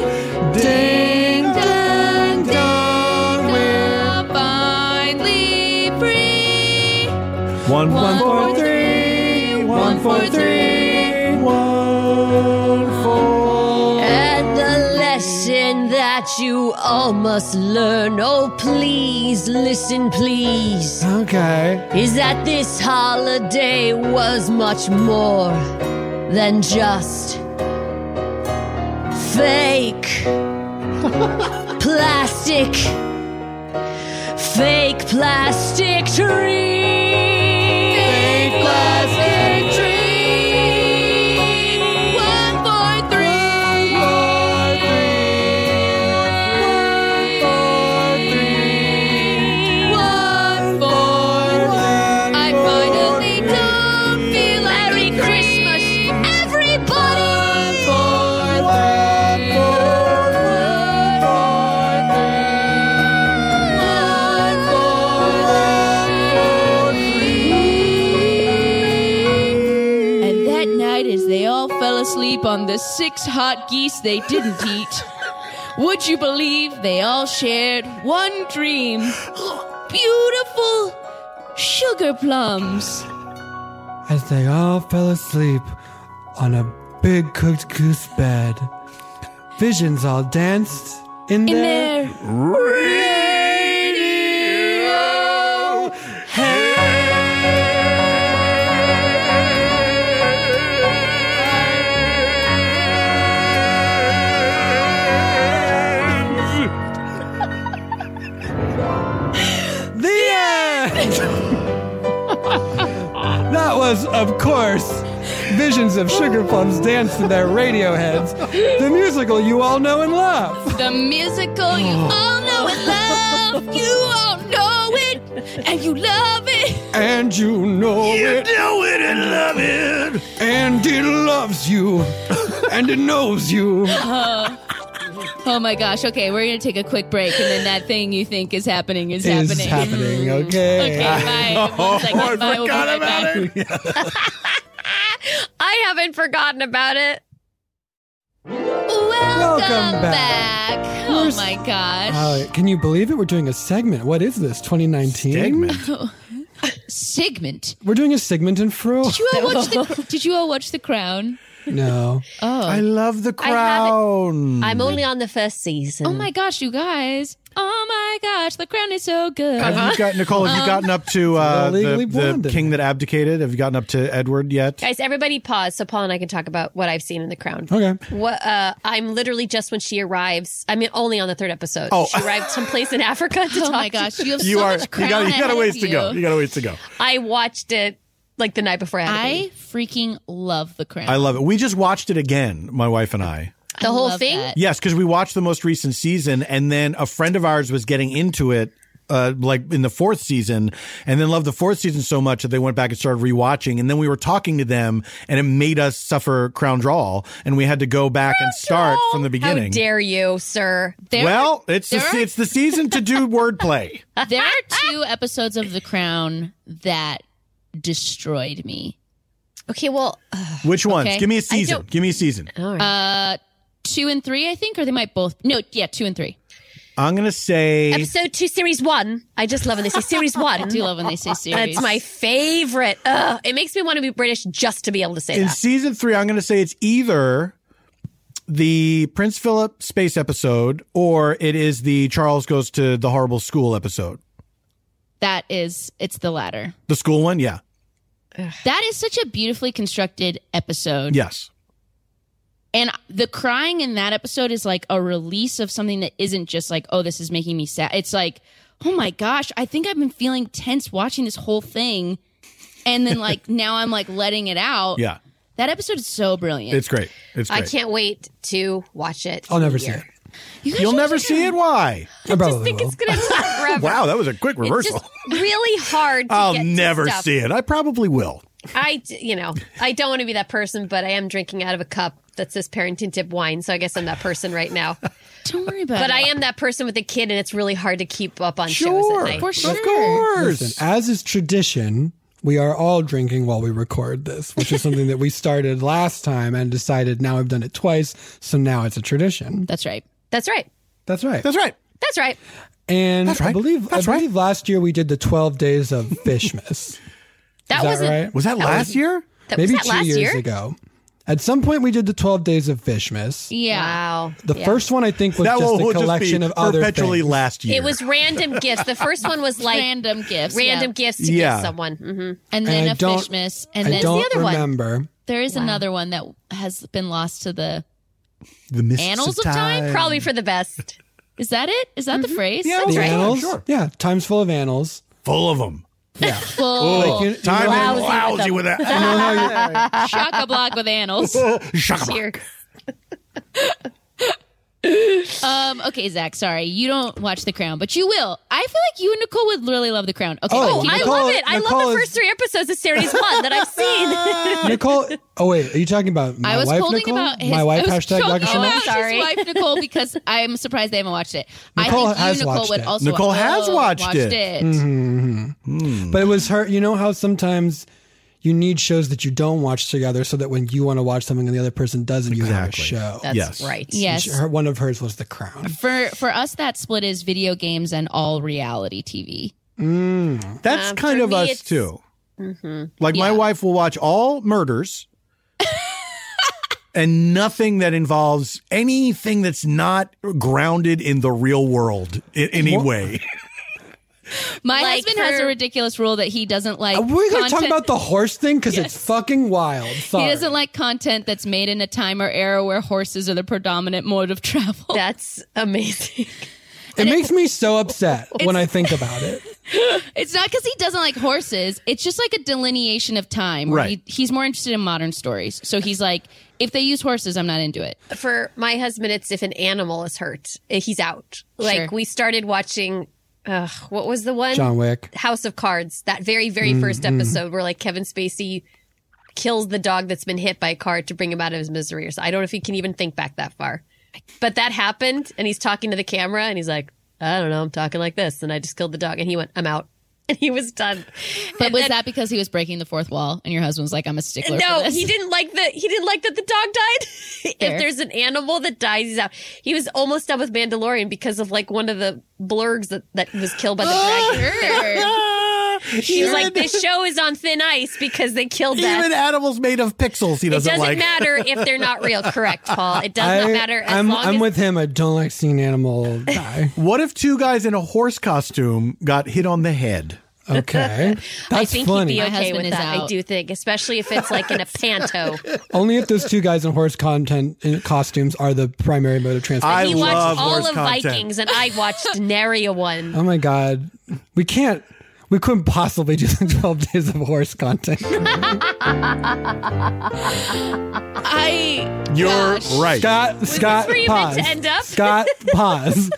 Speaker 5: Ding dong, dong, we're finally free.
Speaker 9: One,
Speaker 5: One for
Speaker 9: three. One
Speaker 5: for
Speaker 9: three. One for.
Speaker 3: And the lesson that you all must learn, oh please listen, please,
Speaker 4: Okay.
Speaker 3: is that this holiday was much more than just fake, plastic, fake plastic tree. Fake plastic tree. One for three. One for three. One for three. I finally don't feel Merry Christmas, everybody. One
Speaker 5: And that night, as they all fell asleep on the six hot geese they didn't eat, would you believe they all shared one dream? Beautiful sugar plums.
Speaker 4: As they all fell asleep on a big cooked goose bed, visions all danced in,
Speaker 5: In
Speaker 4: their
Speaker 5: their
Speaker 8: Radio
Speaker 4: The end! that was, of course, Visions of Sugar Plums Dance to Their Radioheads, the musical you all know and love.
Speaker 5: The musical you all know and love. You all know it and you love it.
Speaker 4: And you know
Speaker 5: You
Speaker 4: it.
Speaker 5: know it and love
Speaker 4: it. And it loves you. and it knows you.
Speaker 5: Oh. Oh my gosh. Okay, we're going to take a quick break and then that thing you think is happening is,
Speaker 4: Is
Speaker 5: happening.
Speaker 4: happening, okay?
Speaker 5: Mm. Okay, bye. One second.
Speaker 4: I
Speaker 5: Bye. We'll be
Speaker 4: forgot
Speaker 5: right
Speaker 4: about
Speaker 5: back.
Speaker 4: it.
Speaker 6: I haven't forgotten about it.
Speaker 5: Welcome,
Speaker 4: back.
Speaker 5: back. Oh my gosh.
Speaker 4: Uh, can you believe it? We're doing a segment. What is this? 2019?
Speaker 5: Sigmund.
Speaker 4: We're doing a segment in Fro.
Speaker 5: Did you all watch the Did you all watch The Crown?
Speaker 4: No.
Speaker 5: Oh. I
Speaker 9: love The
Speaker 5: I haven't-
Speaker 9: Crown.
Speaker 6: I'm only on the first season.
Speaker 5: Oh my gosh, you guys. Oh my my gosh, the crown is so good.
Speaker 7: Have you got Nicole? Have you
Speaker 5: Um,
Speaker 7: gotten up to uh,
Speaker 9: Legally
Speaker 7: the, the
Speaker 9: Blonde in
Speaker 7: king that abdicated? Have you gotten up to Edward yet?
Speaker 6: Guys, everybody pause so Paul and I can talk about what I've seen in The Crown.
Speaker 7: Okay.
Speaker 6: What uh, I'm literally just when she arrives. I mean, only on the third episode.
Speaker 7: Oh.
Speaker 6: she arrived someplace in Africa. To
Speaker 5: oh
Speaker 6: talk
Speaker 5: my
Speaker 6: to
Speaker 5: gosh,
Speaker 6: them.
Speaker 5: you have
Speaker 7: you
Speaker 5: so
Speaker 7: are.
Speaker 5: much
Speaker 7: you
Speaker 5: crown
Speaker 7: got. You
Speaker 5: ahead
Speaker 7: got a
Speaker 5: of
Speaker 7: ways to go.
Speaker 5: you.
Speaker 7: You got a ways to go.
Speaker 6: I watched it like the night before. I, had a baby.
Speaker 5: I freaking love the crown.
Speaker 7: I love it. We just watched it again, my wife and I.
Speaker 6: the whole thing.
Speaker 7: Yes, because we watched the most recent season, and then a friend of ours was getting into it. Uh, like in the fourth season, and then loved the fourth season so much that they went back and started rewatching. And then we were talking to them, and it made us suffer crown drawl, and we had to go back and start from the
Speaker 6: How
Speaker 7: beginning.
Speaker 6: dare you, sir?
Speaker 7: well, it's the,
Speaker 5: there are-
Speaker 7: it's the season to do wordplay.
Speaker 5: there are two episodes of The Crown that destroyed me. Uh,
Speaker 6: Okay, well,
Speaker 7: Which ones?
Speaker 5: Okay.
Speaker 7: Give me
Speaker 5: I
Speaker 7: a season.
Speaker 5: don't-
Speaker 7: Give me a season.
Speaker 5: uh, two and three, I think, or they might both. No, yeah, two and three.
Speaker 7: I'm gonna say
Speaker 6: Episode two, series one. I just love when they say series one. I do
Speaker 5: love when they say series.
Speaker 6: That's my favorite. Ugh, it makes me want to be British just to be able to say
Speaker 7: in
Speaker 6: that.
Speaker 7: season three, I'm going to say it's either the Prince Philip space episode or it is the Charles goes to the horrible school episode.
Speaker 5: That is, it's the latter.
Speaker 7: The school one, yeah,
Speaker 5: That is such a beautifully constructed episode.
Speaker 7: yes.
Speaker 5: And the crying in that episode is like a release of something that isn't just like, oh, this is making me sad. It's like, oh my gosh, I think I've been feeling tense watching this whole thing. And then like now I'm like letting it out.
Speaker 7: Yeah.
Speaker 5: That episode is so brilliant.
Speaker 7: It's great. It's great.
Speaker 6: I can't wait to watch it.
Speaker 7: I'll never see
Speaker 6: here.
Speaker 7: You will never see it. Why? I probably think
Speaker 6: It's gonna take forever.
Speaker 7: Wow, that was a quick reversal.
Speaker 6: It's just really hard. To
Speaker 7: I'll
Speaker 6: get to
Speaker 7: never
Speaker 6: stuff.
Speaker 7: see it. I probably will.
Speaker 6: I, d- you know, I don't want to be that person, but I am drinking out of a cup that says parenting tip wine. So I guess I'm that person right now.
Speaker 5: Don't worry about
Speaker 6: But
Speaker 5: it.
Speaker 6: I am that person with a kid, and it's really hard to keep up on shows at
Speaker 5: Sure.
Speaker 6: night.
Speaker 5: For Of sure.
Speaker 4: Listen, as is tradition, we are all drinking while we record this, which is something that we started last time and decided now I've done it twice, so now it's a tradition.
Speaker 5: That's right.
Speaker 6: That's right.
Speaker 4: That's right.
Speaker 7: That's right.
Speaker 6: That's right.
Speaker 4: And
Speaker 6: That's
Speaker 4: I
Speaker 6: right.
Speaker 4: believe
Speaker 6: That's
Speaker 4: I believe last year we did the twelve days of Fishmas.
Speaker 6: That
Speaker 4: Is that
Speaker 6: wasn't.
Speaker 4: right? Was that last year?
Speaker 6: That,
Speaker 4: Maybe
Speaker 6: was that
Speaker 4: two
Speaker 6: last
Speaker 4: years
Speaker 6: year?
Speaker 4: ago. At some point we did the twelve days of Fishmas.
Speaker 5: Yeah.
Speaker 6: Wow.
Speaker 4: The
Speaker 6: Yeah.
Speaker 4: first one I think was
Speaker 7: That
Speaker 4: just
Speaker 7: will- will
Speaker 4: a
Speaker 7: just be
Speaker 4: collection of other
Speaker 7: perpetually
Speaker 4: things.
Speaker 7: last
Speaker 6: It was random gifts. The first one was like
Speaker 5: random gifts.
Speaker 6: Random gifts to
Speaker 4: Yeah.
Speaker 6: give someone. hmm
Speaker 5: And then a Fishmas. And
Speaker 4: I
Speaker 5: then
Speaker 4: don't
Speaker 5: the other one.
Speaker 4: remember.
Speaker 5: There is another one that has been lost to the
Speaker 7: The
Speaker 5: annals of time.
Speaker 6: Probably for the best. Mm-hmm.
Speaker 5: Is that it? Is that the phrase?
Speaker 4: The annals? Yeah, time's full of annals.
Speaker 7: Full of them.
Speaker 4: Yeah.
Speaker 5: Full.
Speaker 4: Like, you- you
Speaker 7: Time is
Speaker 4: know-
Speaker 7: lousy with that.
Speaker 5: Shock a block with annals.
Speaker 7: Shock-a-block.
Speaker 5: um, okay, Zach, sorry. You don't watch The Crown, but you will. I feel like you and Nicole would really love The Crown. Okay,
Speaker 4: Oh,
Speaker 5: keep
Speaker 4: I
Speaker 5: going.
Speaker 4: love it. I love the Nicole is-
Speaker 6: First three episodes of series one that I've seen.
Speaker 4: Nicole. Oh wait, are you talking about my
Speaker 5: Um, I was
Speaker 4: wife?
Speaker 5: holding
Speaker 4: Nicole?
Speaker 5: about his,
Speaker 4: my wife.
Speaker 5: I was
Speaker 4: Hashtag
Speaker 5: joking
Speaker 4: Dr. Chanel?
Speaker 5: about his wife Nicole because I'm surprised they haven't watched it.
Speaker 4: Nicole
Speaker 5: I think
Speaker 4: has
Speaker 5: you, Nicole,
Speaker 4: watched
Speaker 5: would
Speaker 4: it.
Speaker 5: also
Speaker 4: Nicole has
Speaker 5: oh,
Speaker 4: watched
Speaker 5: it.
Speaker 4: Mhm, mhm. But it was her. You know how sometimes you need shows that you don't watch together, so that when you want to watch something and the other person doesn't, you have a show.
Speaker 5: That's Yes. right. Yes.
Speaker 4: She- her- one of hers was The Crown.
Speaker 5: For for us, that split is video games and all reality TV.
Speaker 4: Mm.
Speaker 7: That's
Speaker 5: Um,
Speaker 7: kind
Speaker 5: for
Speaker 7: of
Speaker 5: me,
Speaker 7: us
Speaker 5: it's-
Speaker 7: too.
Speaker 5: Mm-hmm.
Speaker 7: Like my wife will watch all murders and nothing that involves anything that's not grounded in the real world in any way.
Speaker 5: My husband has a ridiculous rule that he doesn't like.
Speaker 4: Uh, We're going to talk
Speaker 5: content-
Speaker 4: about the horse thing because
Speaker 5: Yes.
Speaker 4: it's fucking wild.
Speaker 5: He
Speaker 4: Sorry.
Speaker 5: doesn't like content that's made in a time or era where horses are the predominant mode of travel.
Speaker 6: That's amazing.
Speaker 4: it makes me so upset when I think about it.
Speaker 5: it's not because he doesn't like horses. It's just like a delineation of time. where
Speaker 4: Right.
Speaker 5: He, he's more interested in modern stories. So he's like, if they use horses, I'm not into it.
Speaker 6: For my husband, it's if an animal is hurt, eh, he's out. Like
Speaker 5: Sure.
Speaker 6: we started watching. Ugh, what was the one?
Speaker 4: John Wick.
Speaker 6: House of Cards. That very very
Speaker 4: Mm,
Speaker 6: first
Speaker 4: mm.
Speaker 6: episode where like Kevin Spacey kills the dog that's been hit by a car to bring him out of his misery. Or so I don't know if he can even think back that far. But that happened, and he's talking to the camera, and he's like, "I don't know, I'm talking like this, and I just killed the dog." And he went, "I'm out," and he was done.
Speaker 5: But was that because he was breaking the fourth wall and your husband was like, I'm a stickler?
Speaker 6: No,
Speaker 5: for this?
Speaker 6: he didn't like that. He didn't like that the dog died.
Speaker 5: Fair.
Speaker 6: if there's an animal that dies, he's out. He was almost done with Mandalorian because of like one of the blurgs that, that was killed by the dragon. He's
Speaker 7: Even-
Speaker 6: like, this show is on thin ice because they killed that.
Speaker 7: Even animals made of pixels, he
Speaker 6: it
Speaker 7: doesn't,
Speaker 6: doesn't
Speaker 7: like.
Speaker 6: matter if they're not real. Correct, Paul. It does not matter as
Speaker 4: I'm,
Speaker 6: long
Speaker 4: I'm
Speaker 6: as
Speaker 4: with him. I don't like seeing animal die.
Speaker 7: what if two guys in a horse costume got hit on the head?
Speaker 4: Okay.
Speaker 6: I
Speaker 4: That's
Speaker 6: think
Speaker 4: funny.
Speaker 6: he'd
Speaker 4: My
Speaker 6: be okay
Speaker 4: husband
Speaker 6: with
Speaker 4: is
Speaker 6: that. I
Speaker 4: out.
Speaker 6: do think, especially if it's like in a panto.
Speaker 4: Only if those two guys in horse content in costumes are the primary mode of transport.
Speaker 6: he watched all of Vikings, and I watched nary a one.
Speaker 4: Oh my god, we can't. We couldn't possibly do twelve days of horse content.
Speaker 5: I.
Speaker 4: You're
Speaker 7: right,
Speaker 4: Scott. Scott,
Speaker 5: where you meant
Speaker 4: pause.
Speaker 5: to end up?
Speaker 4: Scott, pause.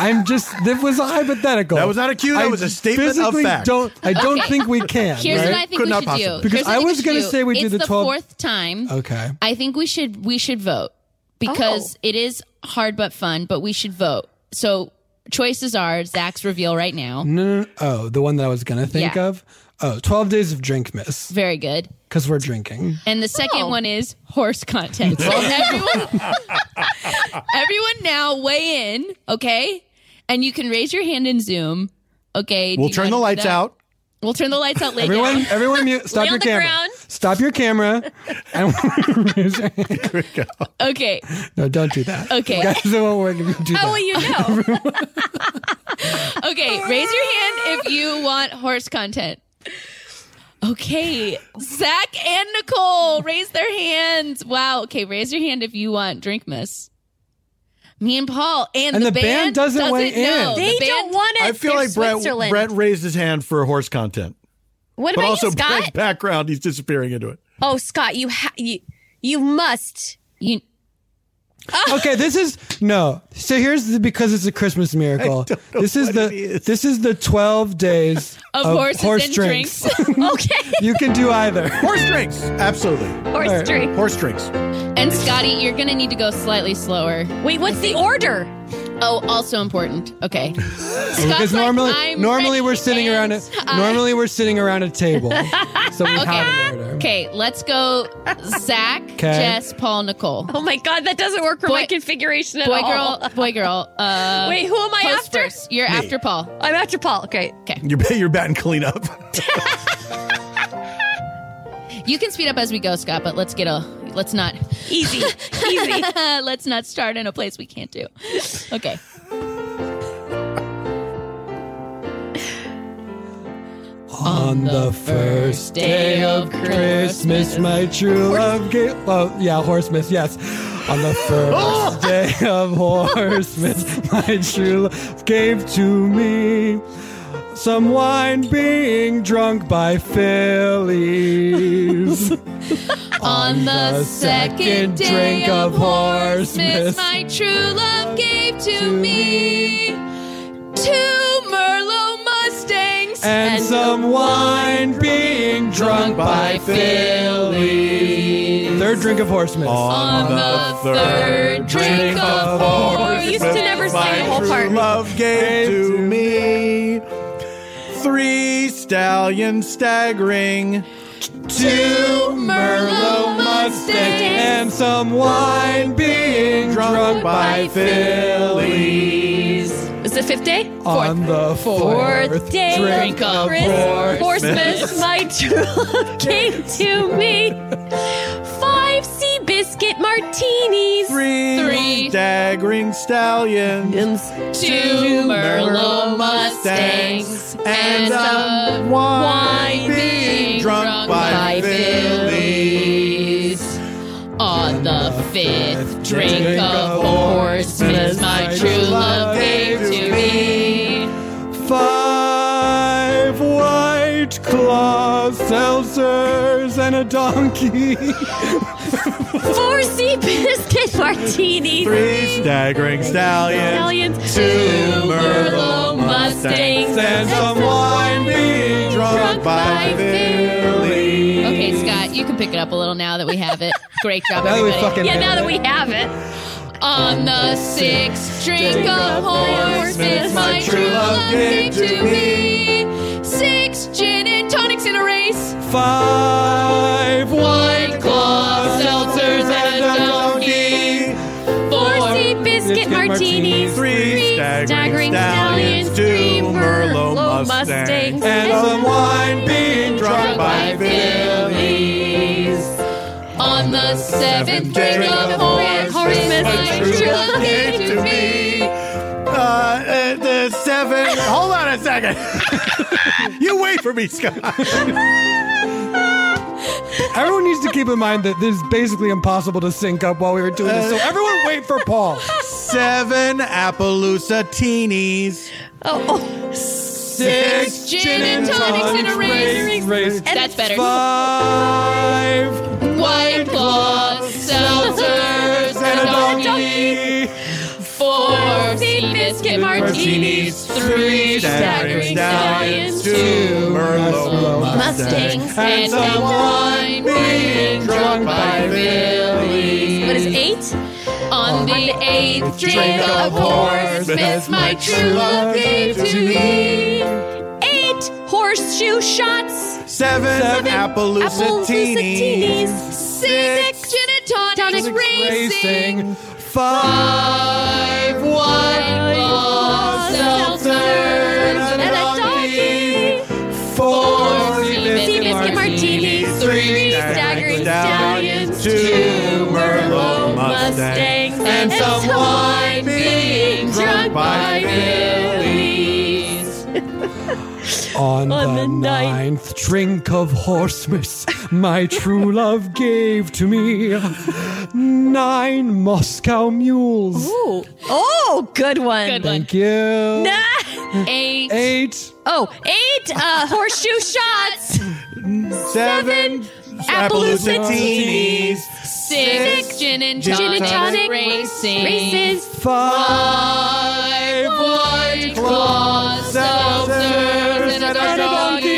Speaker 4: I'm just. That was a hypothetical.
Speaker 7: That was not a cue, that was a statement of
Speaker 4: physically
Speaker 7: fact.
Speaker 4: Don't. I don't
Speaker 5: Okay.
Speaker 4: think we can.
Speaker 5: Here's
Speaker 4: right?
Speaker 5: what I think we should do.
Speaker 4: Because
Speaker 5: Here's what
Speaker 4: I
Speaker 5: think
Speaker 4: was
Speaker 5: should
Speaker 4: going to
Speaker 5: do.
Speaker 4: say we do
Speaker 5: It's
Speaker 4: the twelve.
Speaker 5: fourth time.
Speaker 4: Okay.
Speaker 5: I think we should we should vote because it is hard but fun. But we should vote. So choices are Zach's reveal right now.
Speaker 4: No, no, no. Oh, the one that I was going to think
Speaker 5: Yeah.
Speaker 4: of. Oh, 12 days of drink miss.
Speaker 5: Very good.
Speaker 4: Because we're drinking.
Speaker 5: And the second one is horse content. So everyone, everyone now weigh in, okay? And you can raise your hand in Zoom, okay? Do
Speaker 7: We'll
Speaker 5: you
Speaker 7: turn
Speaker 5: wanna
Speaker 7: the
Speaker 5: do
Speaker 7: lights
Speaker 5: that?
Speaker 7: out.
Speaker 5: We'll turn the lights out later.
Speaker 4: everyone, everyone, mute. Stop
Speaker 5: Lay on
Speaker 4: your
Speaker 5: the
Speaker 4: camera.
Speaker 5: ground.
Speaker 4: Stop your camera. And Here we go.
Speaker 5: Okay.
Speaker 4: No, don't do that.
Speaker 5: Okay.
Speaker 4: Guys, it won't work if you do that.
Speaker 5: How will you know? okay, raise your hand if you want horse content. Okay, Zach and Nicole, raise their hands. Wow. Okay, raise your hand if you want drink miss. Me and Paul and,
Speaker 7: And
Speaker 5: the,
Speaker 7: the band doesn't weigh in.
Speaker 5: know.
Speaker 7: They
Speaker 5: The
Speaker 6: don't want
Speaker 7: I feel like Brett, Brett raised his hand for horse content.
Speaker 6: What
Speaker 7: but
Speaker 6: about
Speaker 7: also
Speaker 6: you, Scott?
Speaker 7: Brett's background, he's disappearing into it.
Speaker 6: Oh, Scott, you ha- you you must. Oh.
Speaker 5: You-
Speaker 4: okay, this is no. So here's the because it's a Christmas miracle. This is the this is the 12 days
Speaker 5: Of horses and
Speaker 4: drinks.
Speaker 6: okay.
Speaker 4: you can do either.
Speaker 7: Horse drinks. Absolutely.
Speaker 6: Horse
Speaker 4: All right.
Speaker 6: drinks.
Speaker 7: Horse drinks.
Speaker 5: And Scotty, you're gonna need to go slightly slower.
Speaker 6: Wait, what's the order?
Speaker 5: Oh, also important. Okay.
Speaker 4: Because
Speaker 5: Scott's like,
Speaker 4: normally,
Speaker 5: "I'm
Speaker 4: normally we're sitting around a
Speaker 5: I-
Speaker 4: normally we're sitting around a table, so we have an order.
Speaker 5: Okay, let's go Zach,
Speaker 4: 'Kay.
Speaker 5: Jess, Paul, Nicole.
Speaker 6: Oh my god, that doesn't work for my configuration at
Speaker 5: boy,
Speaker 6: all.
Speaker 5: girl, boy, girl. Uh,
Speaker 6: Wait, who am I
Speaker 5: host
Speaker 6: after?
Speaker 5: first. You're
Speaker 7: Me.
Speaker 5: after Paul.
Speaker 6: I'm after Paul. Okay.
Speaker 5: Okay.
Speaker 7: You're, you're batting cleanup.
Speaker 5: You can speed up as we go, Scott, but let's get a let's not
Speaker 6: easy. easy.
Speaker 5: let's not start in a place we can't do. Okay.
Speaker 4: On the first day of Christmas, my true love gave. Oh, yeah, Horsemas, yes. On the first day of Horsemas, my true love gave to me some wine being drunk by Phillies.
Speaker 5: On the second day of Christmas,
Speaker 4: Horsemas,
Speaker 5: my true love gave to me two Merlot Mustangs
Speaker 4: and some wine being drunk by Phillies. Third drink of horsemen.
Speaker 7: On
Speaker 4: the
Speaker 5: third
Speaker 4: drink of
Speaker 7: horsemen,
Speaker 4: You used to never
Speaker 7: my
Speaker 4: sing the whole
Speaker 7: true
Speaker 4: part.
Speaker 7: Love gave to me three stallion staggering, two Merlot Mustangs,
Speaker 4: and some wine being drunk by Phillies.
Speaker 6: Is it fifth day?
Speaker 4: On the fourth,
Speaker 6: Fourth day
Speaker 4: drink of horsemen.
Speaker 6: Christmas, my true love came to me. Five sea biscuit martinis.
Speaker 7: Three, staggering stallions,
Speaker 5: two Merlot Mustangs,
Speaker 7: and
Speaker 5: a
Speaker 7: wine being drunk by
Speaker 5: Phillies. On the fifth drink of Christmas, my true love gave to me.
Speaker 4: Five white claw seltzers and a donkey.
Speaker 6: Four sea biscuit martinis.
Speaker 7: Three staggering stallions,
Speaker 6: Stallions.
Speaker 7: two Merlot
Speaker 6: Mustangs,
Speaker 7: Mustangs, and some wine being drunk by Philly.
Speaker 5: Okay, Scott, you can pick it up a little now that we have it. Great job,
Speaker 7: Now that we
Speaker 5: everybody.
Speaker 7: fucking
Speaker 6: Yeah, now that we have it.
Speaker 5: On the sixth drink of horses,
Speaker 7: horses,
Speaker 5: my true love gave to me. Six gin and tonics in a race.
Speaker 4: Five
Speaker 5: white claw seltzers and a
Speaker 7: donkey.
Speaker 6: Four sea biscuit martinis.
Speaker 7: Three staggering stallions, two Merlot
Speaker 8: Mustang.
Speaker 7: Mustangs.
Speaker 8: And some wine being drunk by
Speaker 7: Phillies. On the seventh
Speaker 8: drink of
Speaker 7: horse Christmas, my true love gave to me.
Speaker 9: Uh, uh, the seven. Hold on a second. you wait for me, Scott.
Speaker 4: Everyone needs to keep in mind that this is basically impossible to sync up while we were doing this. So everyone wait for Paul.
Speaker 9: Seven Appaloosa teenies.
Speaker 6: Oh,
Speaker 9: Six
Speaker 7: gin and tonics in a ring.
Speaker 3: That's better.
Speaker 8: Five
Speaker 3: white claws, seltzers, and a donkey. Four sea biscuit martinis, three staggering stallions, two
Speaker 8: Merlot
Speaker 3: mustangs, and some wine being drunk by Billy.
Speaker 6: What is eight?
Speaker 3: On the eighth drink of horse, my true love gave to me.
Speaker 12: Eight horseshoe shots.
Speaker 9: Seven, Appaloosa teenies.
Speaker 3: Six gin and tonics racing.
Speaker 8: Five
Speaker 3: white claws, seltzers, and a donkey.
Speaker 8: Four
Speaker 3: sea
Speaker 8: biscuit
Speaker 3: biscuit
Speaker 8: martinis.
Speaker 3: martinis,
Speaker 8: Three
Speaker 3: three
Speaker 8: staggering
Speaker 3: staggering
Speaker 8: stallions.
Speaker 3: stallions,
Speaker 8: Two Merlot
Speaker 3: Mustangs,
Speaker 8: Mustangs. And some wine being drunk by
Speaker 3: Billy's.
Speaker 4: On, the, ninth drink of Horsemas, my true love gave to me nine Moscow mules.
Speaker 6: Ooh. Oh, good one. Good
Speaker 4: Thank you.
Speaker 6: Nah.
Speaker 3: Eight.
Speaker 4: Eight.
Speaker 6: Oh, eight uh, horseshoe shots.
Speaker 9: Seven
Speaker 6: Appaloosa
Speaker 9: teenies.
Speaker 3: Six gin and
Speaker 8: Gin and
Speaker 3: tonic
Speaker 8: tonic
Speaker 3: racing.
Speaker 8: races.
Speaker 3: Five white claws, seltzers, and a donkey.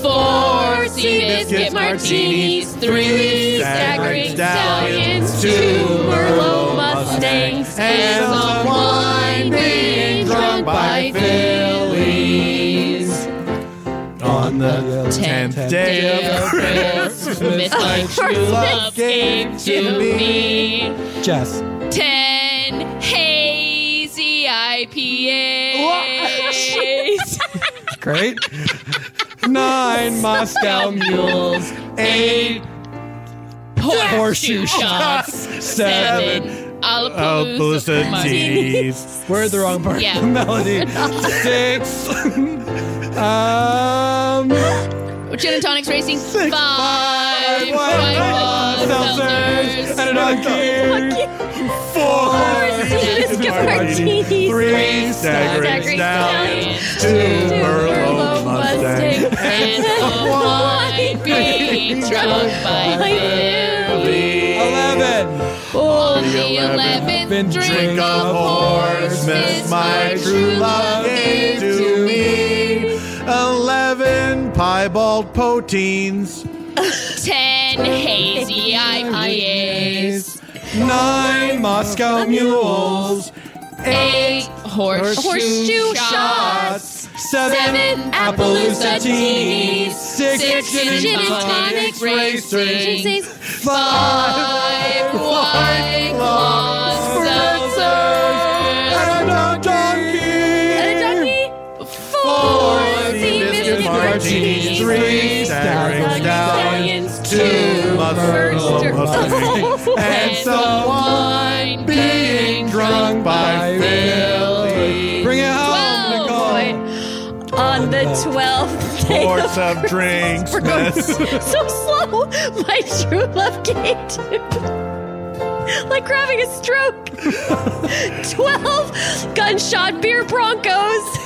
Speaker 3: Four sea biscuit martinis, three staggering stallions, two Merlot mustangs, and some wine being drunk by Phillies.
Speaker 8: On the tenth day of
Speaker 3: Christmas,
Speaker 8: Christmas,
Speaker 3: my true love
Speaker 8: gave
Speaker 3: gave to me.
Speaker 4: Jess.
Speaker 3: Ten hazy IPAs.
Speaker 4: Great. Nine Moscow mules. Eight horseshoe shots. Seven.
Speaker 8: Appaloosa
Speaker 4: teenies. We're at the wrong part
Speaker 8: Yeah.
Speaker 4: of the melody. Six. um.
Speaker 3: Gin and tonics racing. Five. White claws, seltzers,
Speaker 8: and a donkey. Four
Speaker 3: biscuit martinis.
Speaker 8: Three staggering stallions. Two Merlot Mustangs.
Speaker 3: And a wine being drunk by Billy.
Speaker 4: Eleven.
Speaker 3: On the eleventh drink of
Speaker 9: Christmas, my true love gave to me. Eleven piebald poteens.
Speaker 3: Ten hazy IPAs.
Speaker 4: Nine Moscow mules.
Speaker 3: Eight horseshoe,
Speaker 4: Horseshoe
Speaker 3: shots.
Speaker 4: Seven Appaloosa
Speaker 3: teenies.
Speaker 4: teenies. Six gin and tonics racing.
Speaker 3: Five white claws. Seltzers.
Speaker 8: And a donkey.
Speaker 3: Four
Speaker 8: sea biscuit martinis. Three staggering stallions.
Speaker 3: Two
Speaker 8: Two Merlot Mustangs. And some wine being drunk by
Speaker 5: Oh,
Speaker 8: Philly.
Speaker 4: Bring it
Speaker 3: Oh
Speaker 4: home,
Speaker 6: Nicole. On the twelfth day
Speaker 8: Pour
Speaker 6: of
Speaker 8: some
Speaker 6: Christmas.
Speaker 8: drinks,
Speaker 6: We're going so slow. My true love gave to like you're having a stroke. Twelve gunshot beer Broncos.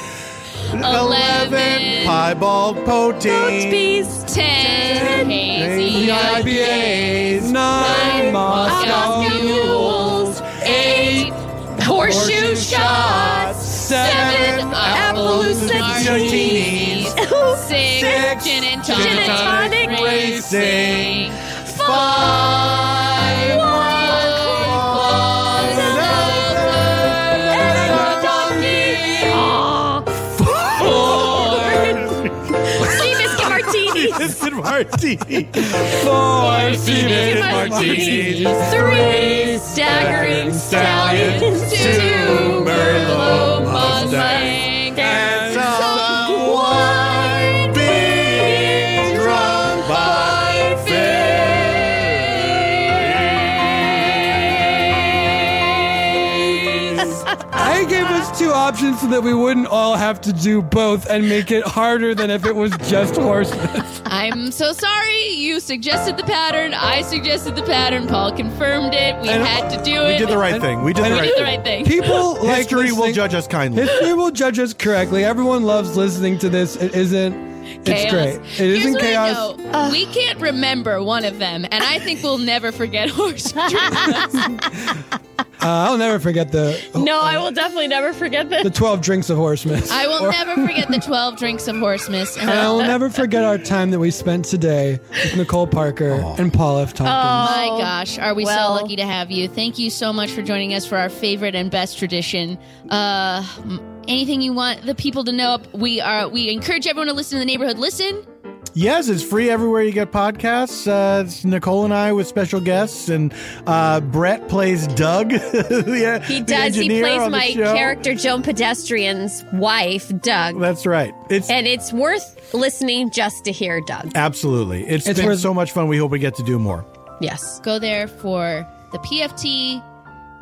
Speaker 9: Eleven piebald poteens.
Speaker 3: Ten hazy
Speaker 4: IPAs.
Speaker 8: Nine Moscow mules.
Speaker 3: Eight horseshoe shots. Seven Appaloosa martinis. Six gin and tonic racing. Five white claws. And a donkey.
Speaker 6: Sea biscuit martinis.
Speaker 8: Biscuit martini. Four sea biscuit martinis.
Speaker 6: Three staggering
Speaker 8: stallions. Two Merlot Mustangs. And some
Speaker 4: two options so that we wouldn't all have to do both and make it harder than if it was just Horsemas.
Speaker 5: I'm so sorry. You suggested the pattern. I suggested the pattern. Paul confirmed it. We
Speaker 7: And
Speaker 5: had to do
Speaker 7: we
Speaker 5: it.
Speaker 7: did the right
Speaker 5: And-
Speaker 7: thing. We did the right thing.
Speaker 5: thing.
Speaker 4: People like
Speaker 7: History will
Speaker 4: listening-
Speaker 7: judge us kindly.
Speaker 4: History will judge us correctly. Everyone loves listening to this. It isn't. It's
Speaker 5: Chaos.
Speaker 4: great. It
Speaker 5: Here's
Speaker 4: isn't
Speaker 5: what
Speaker 4: chaos.
Speaker 5: I know. we can't remember one of them, and I think we'll never forget horse.
Speaker 4: Uh, I'll never forget the
Speaker 5: no, I will definitely never forget
Speaker 4: the twelve drinks of Horsemas.
Speaker 5: I will
Speaker 4: Or-
Speaker 5: never forget the twelve drinks of horsemas.
Speaker 4: And I will never forget our time that we spent today with Nicole Parker and Paul F.
Speaker 5: Oh
Speaker 4: Tompkins.
Speaker 5: my gosh, are we
Speaker 6: well.
Speaker 5: so lucky to have you? Thank you so much for joining us for our favorite and best tradition. Uh, m- anything you want the people to know? We are we encourage everyone to listen to the neighborhood. Listen,
Speaker 7: Yes, it's free everywhere you get podcasts. Uh, it's Nicole and I with special guests, and uh, Brett plays Doug. the,
Speaker 6: He
Speaker 7: the
Speaker 6: does. He
Speaker 7: engineer
Speaker 6: plays
Speaker 7: on the
Speaker 6: my
Speaker 7: show.
Speaker 6: character, Joan Pedestrian's wife, Doug.
Speaker 7: That's right. It's
Speaker 6: and it's worth listening just to hear Doug.
Speaker 7: absolutely. It's,
Speaker 6: It's
Speaker 7: been
Speaker 6: worth-
Speaker 7: so much fun. We hope we get to do more.
Speaker 6: Yes.
Speaker 5: Go there for the PFT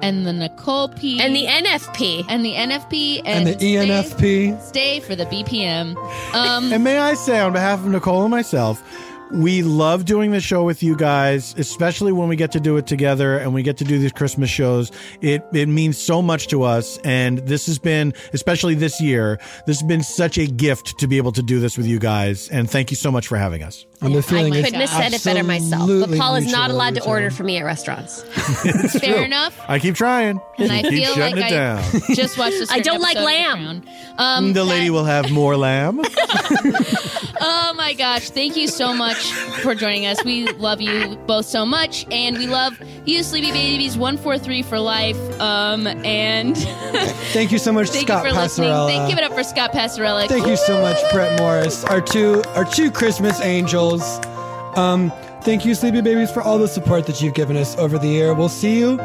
Speaker 5: and the Nicole P
Speaker 6: And the NFP
Speaker 5: and the NFP
Speaker 7: And
Speaker 5: and,
Speaker 7: the E ENFP.
Speaker 5: Stay for the BPM. Um,
Speaker 7: and may I say, on behalf of Nicole and myself, we love doing the show with you guys, especially when we get to do it together and we get to do these Christmas shows. It it means so much to us, and this has been, especially this year, this has been such a gift to be able to do this with you guys. And thank you so much for having us.
Speaker 5: Oh,
Speaker 4: I'm the feeling
Speaker 6: I
Speaker 4: is
Speaker 6: couldn't have said it better myself. But
Speaker 7: absolutely
Speaker 6: Paul is
Speaker 7: mutual
Speaker 6: not allowed to
Speaker 7: every
Speaker 6: order for me at restaurants.
Speaker 7: It's
Speaker 5: Fair
Speaker 7: true.
Speaker 5: enough.
Speaker 7: I keep trying.
Speaker 5: and I
Speaker 7: You keep
Speaker 5: feel like
Speaker 7: shutting it
Speaker 5: I
Speaker 7: down.
Speaker 5: just watched. this
Speaker 6: I don't like
Speaker 5: lamb. Um,
Speaker 7: the lady will have more lamb.
Speaker 5: Oh my gosh. Thank you so much for joining us. We love you both so much. And we love you, Sleepy Babies 143 for life. Um, and
Speaker 4: Thank you so much,
Speaker 5: thank
Speaker 4: Scott
Speaker 5: you for listening.
Speaker 4: Passarella.
Speaker 5: Thank, give it up for Scott Passarella.
Speaker 4: Thank you so much, Brett Morris, our two our two Christmas angels. Um, thank you, Sleepy Babies, for all the support that you've given us over the year. We'll see you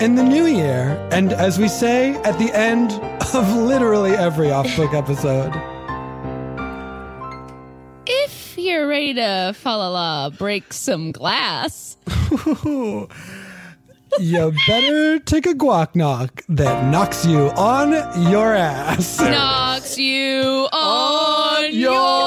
Speaker 4: in the new year, and as we say at the end of literally every off book episode.
Speaker 5: If you're ready to fa la la, break some glass.
Speaker 4: you better take a guac knock that knocks you on your ass.
Speaker 5: knocks you on your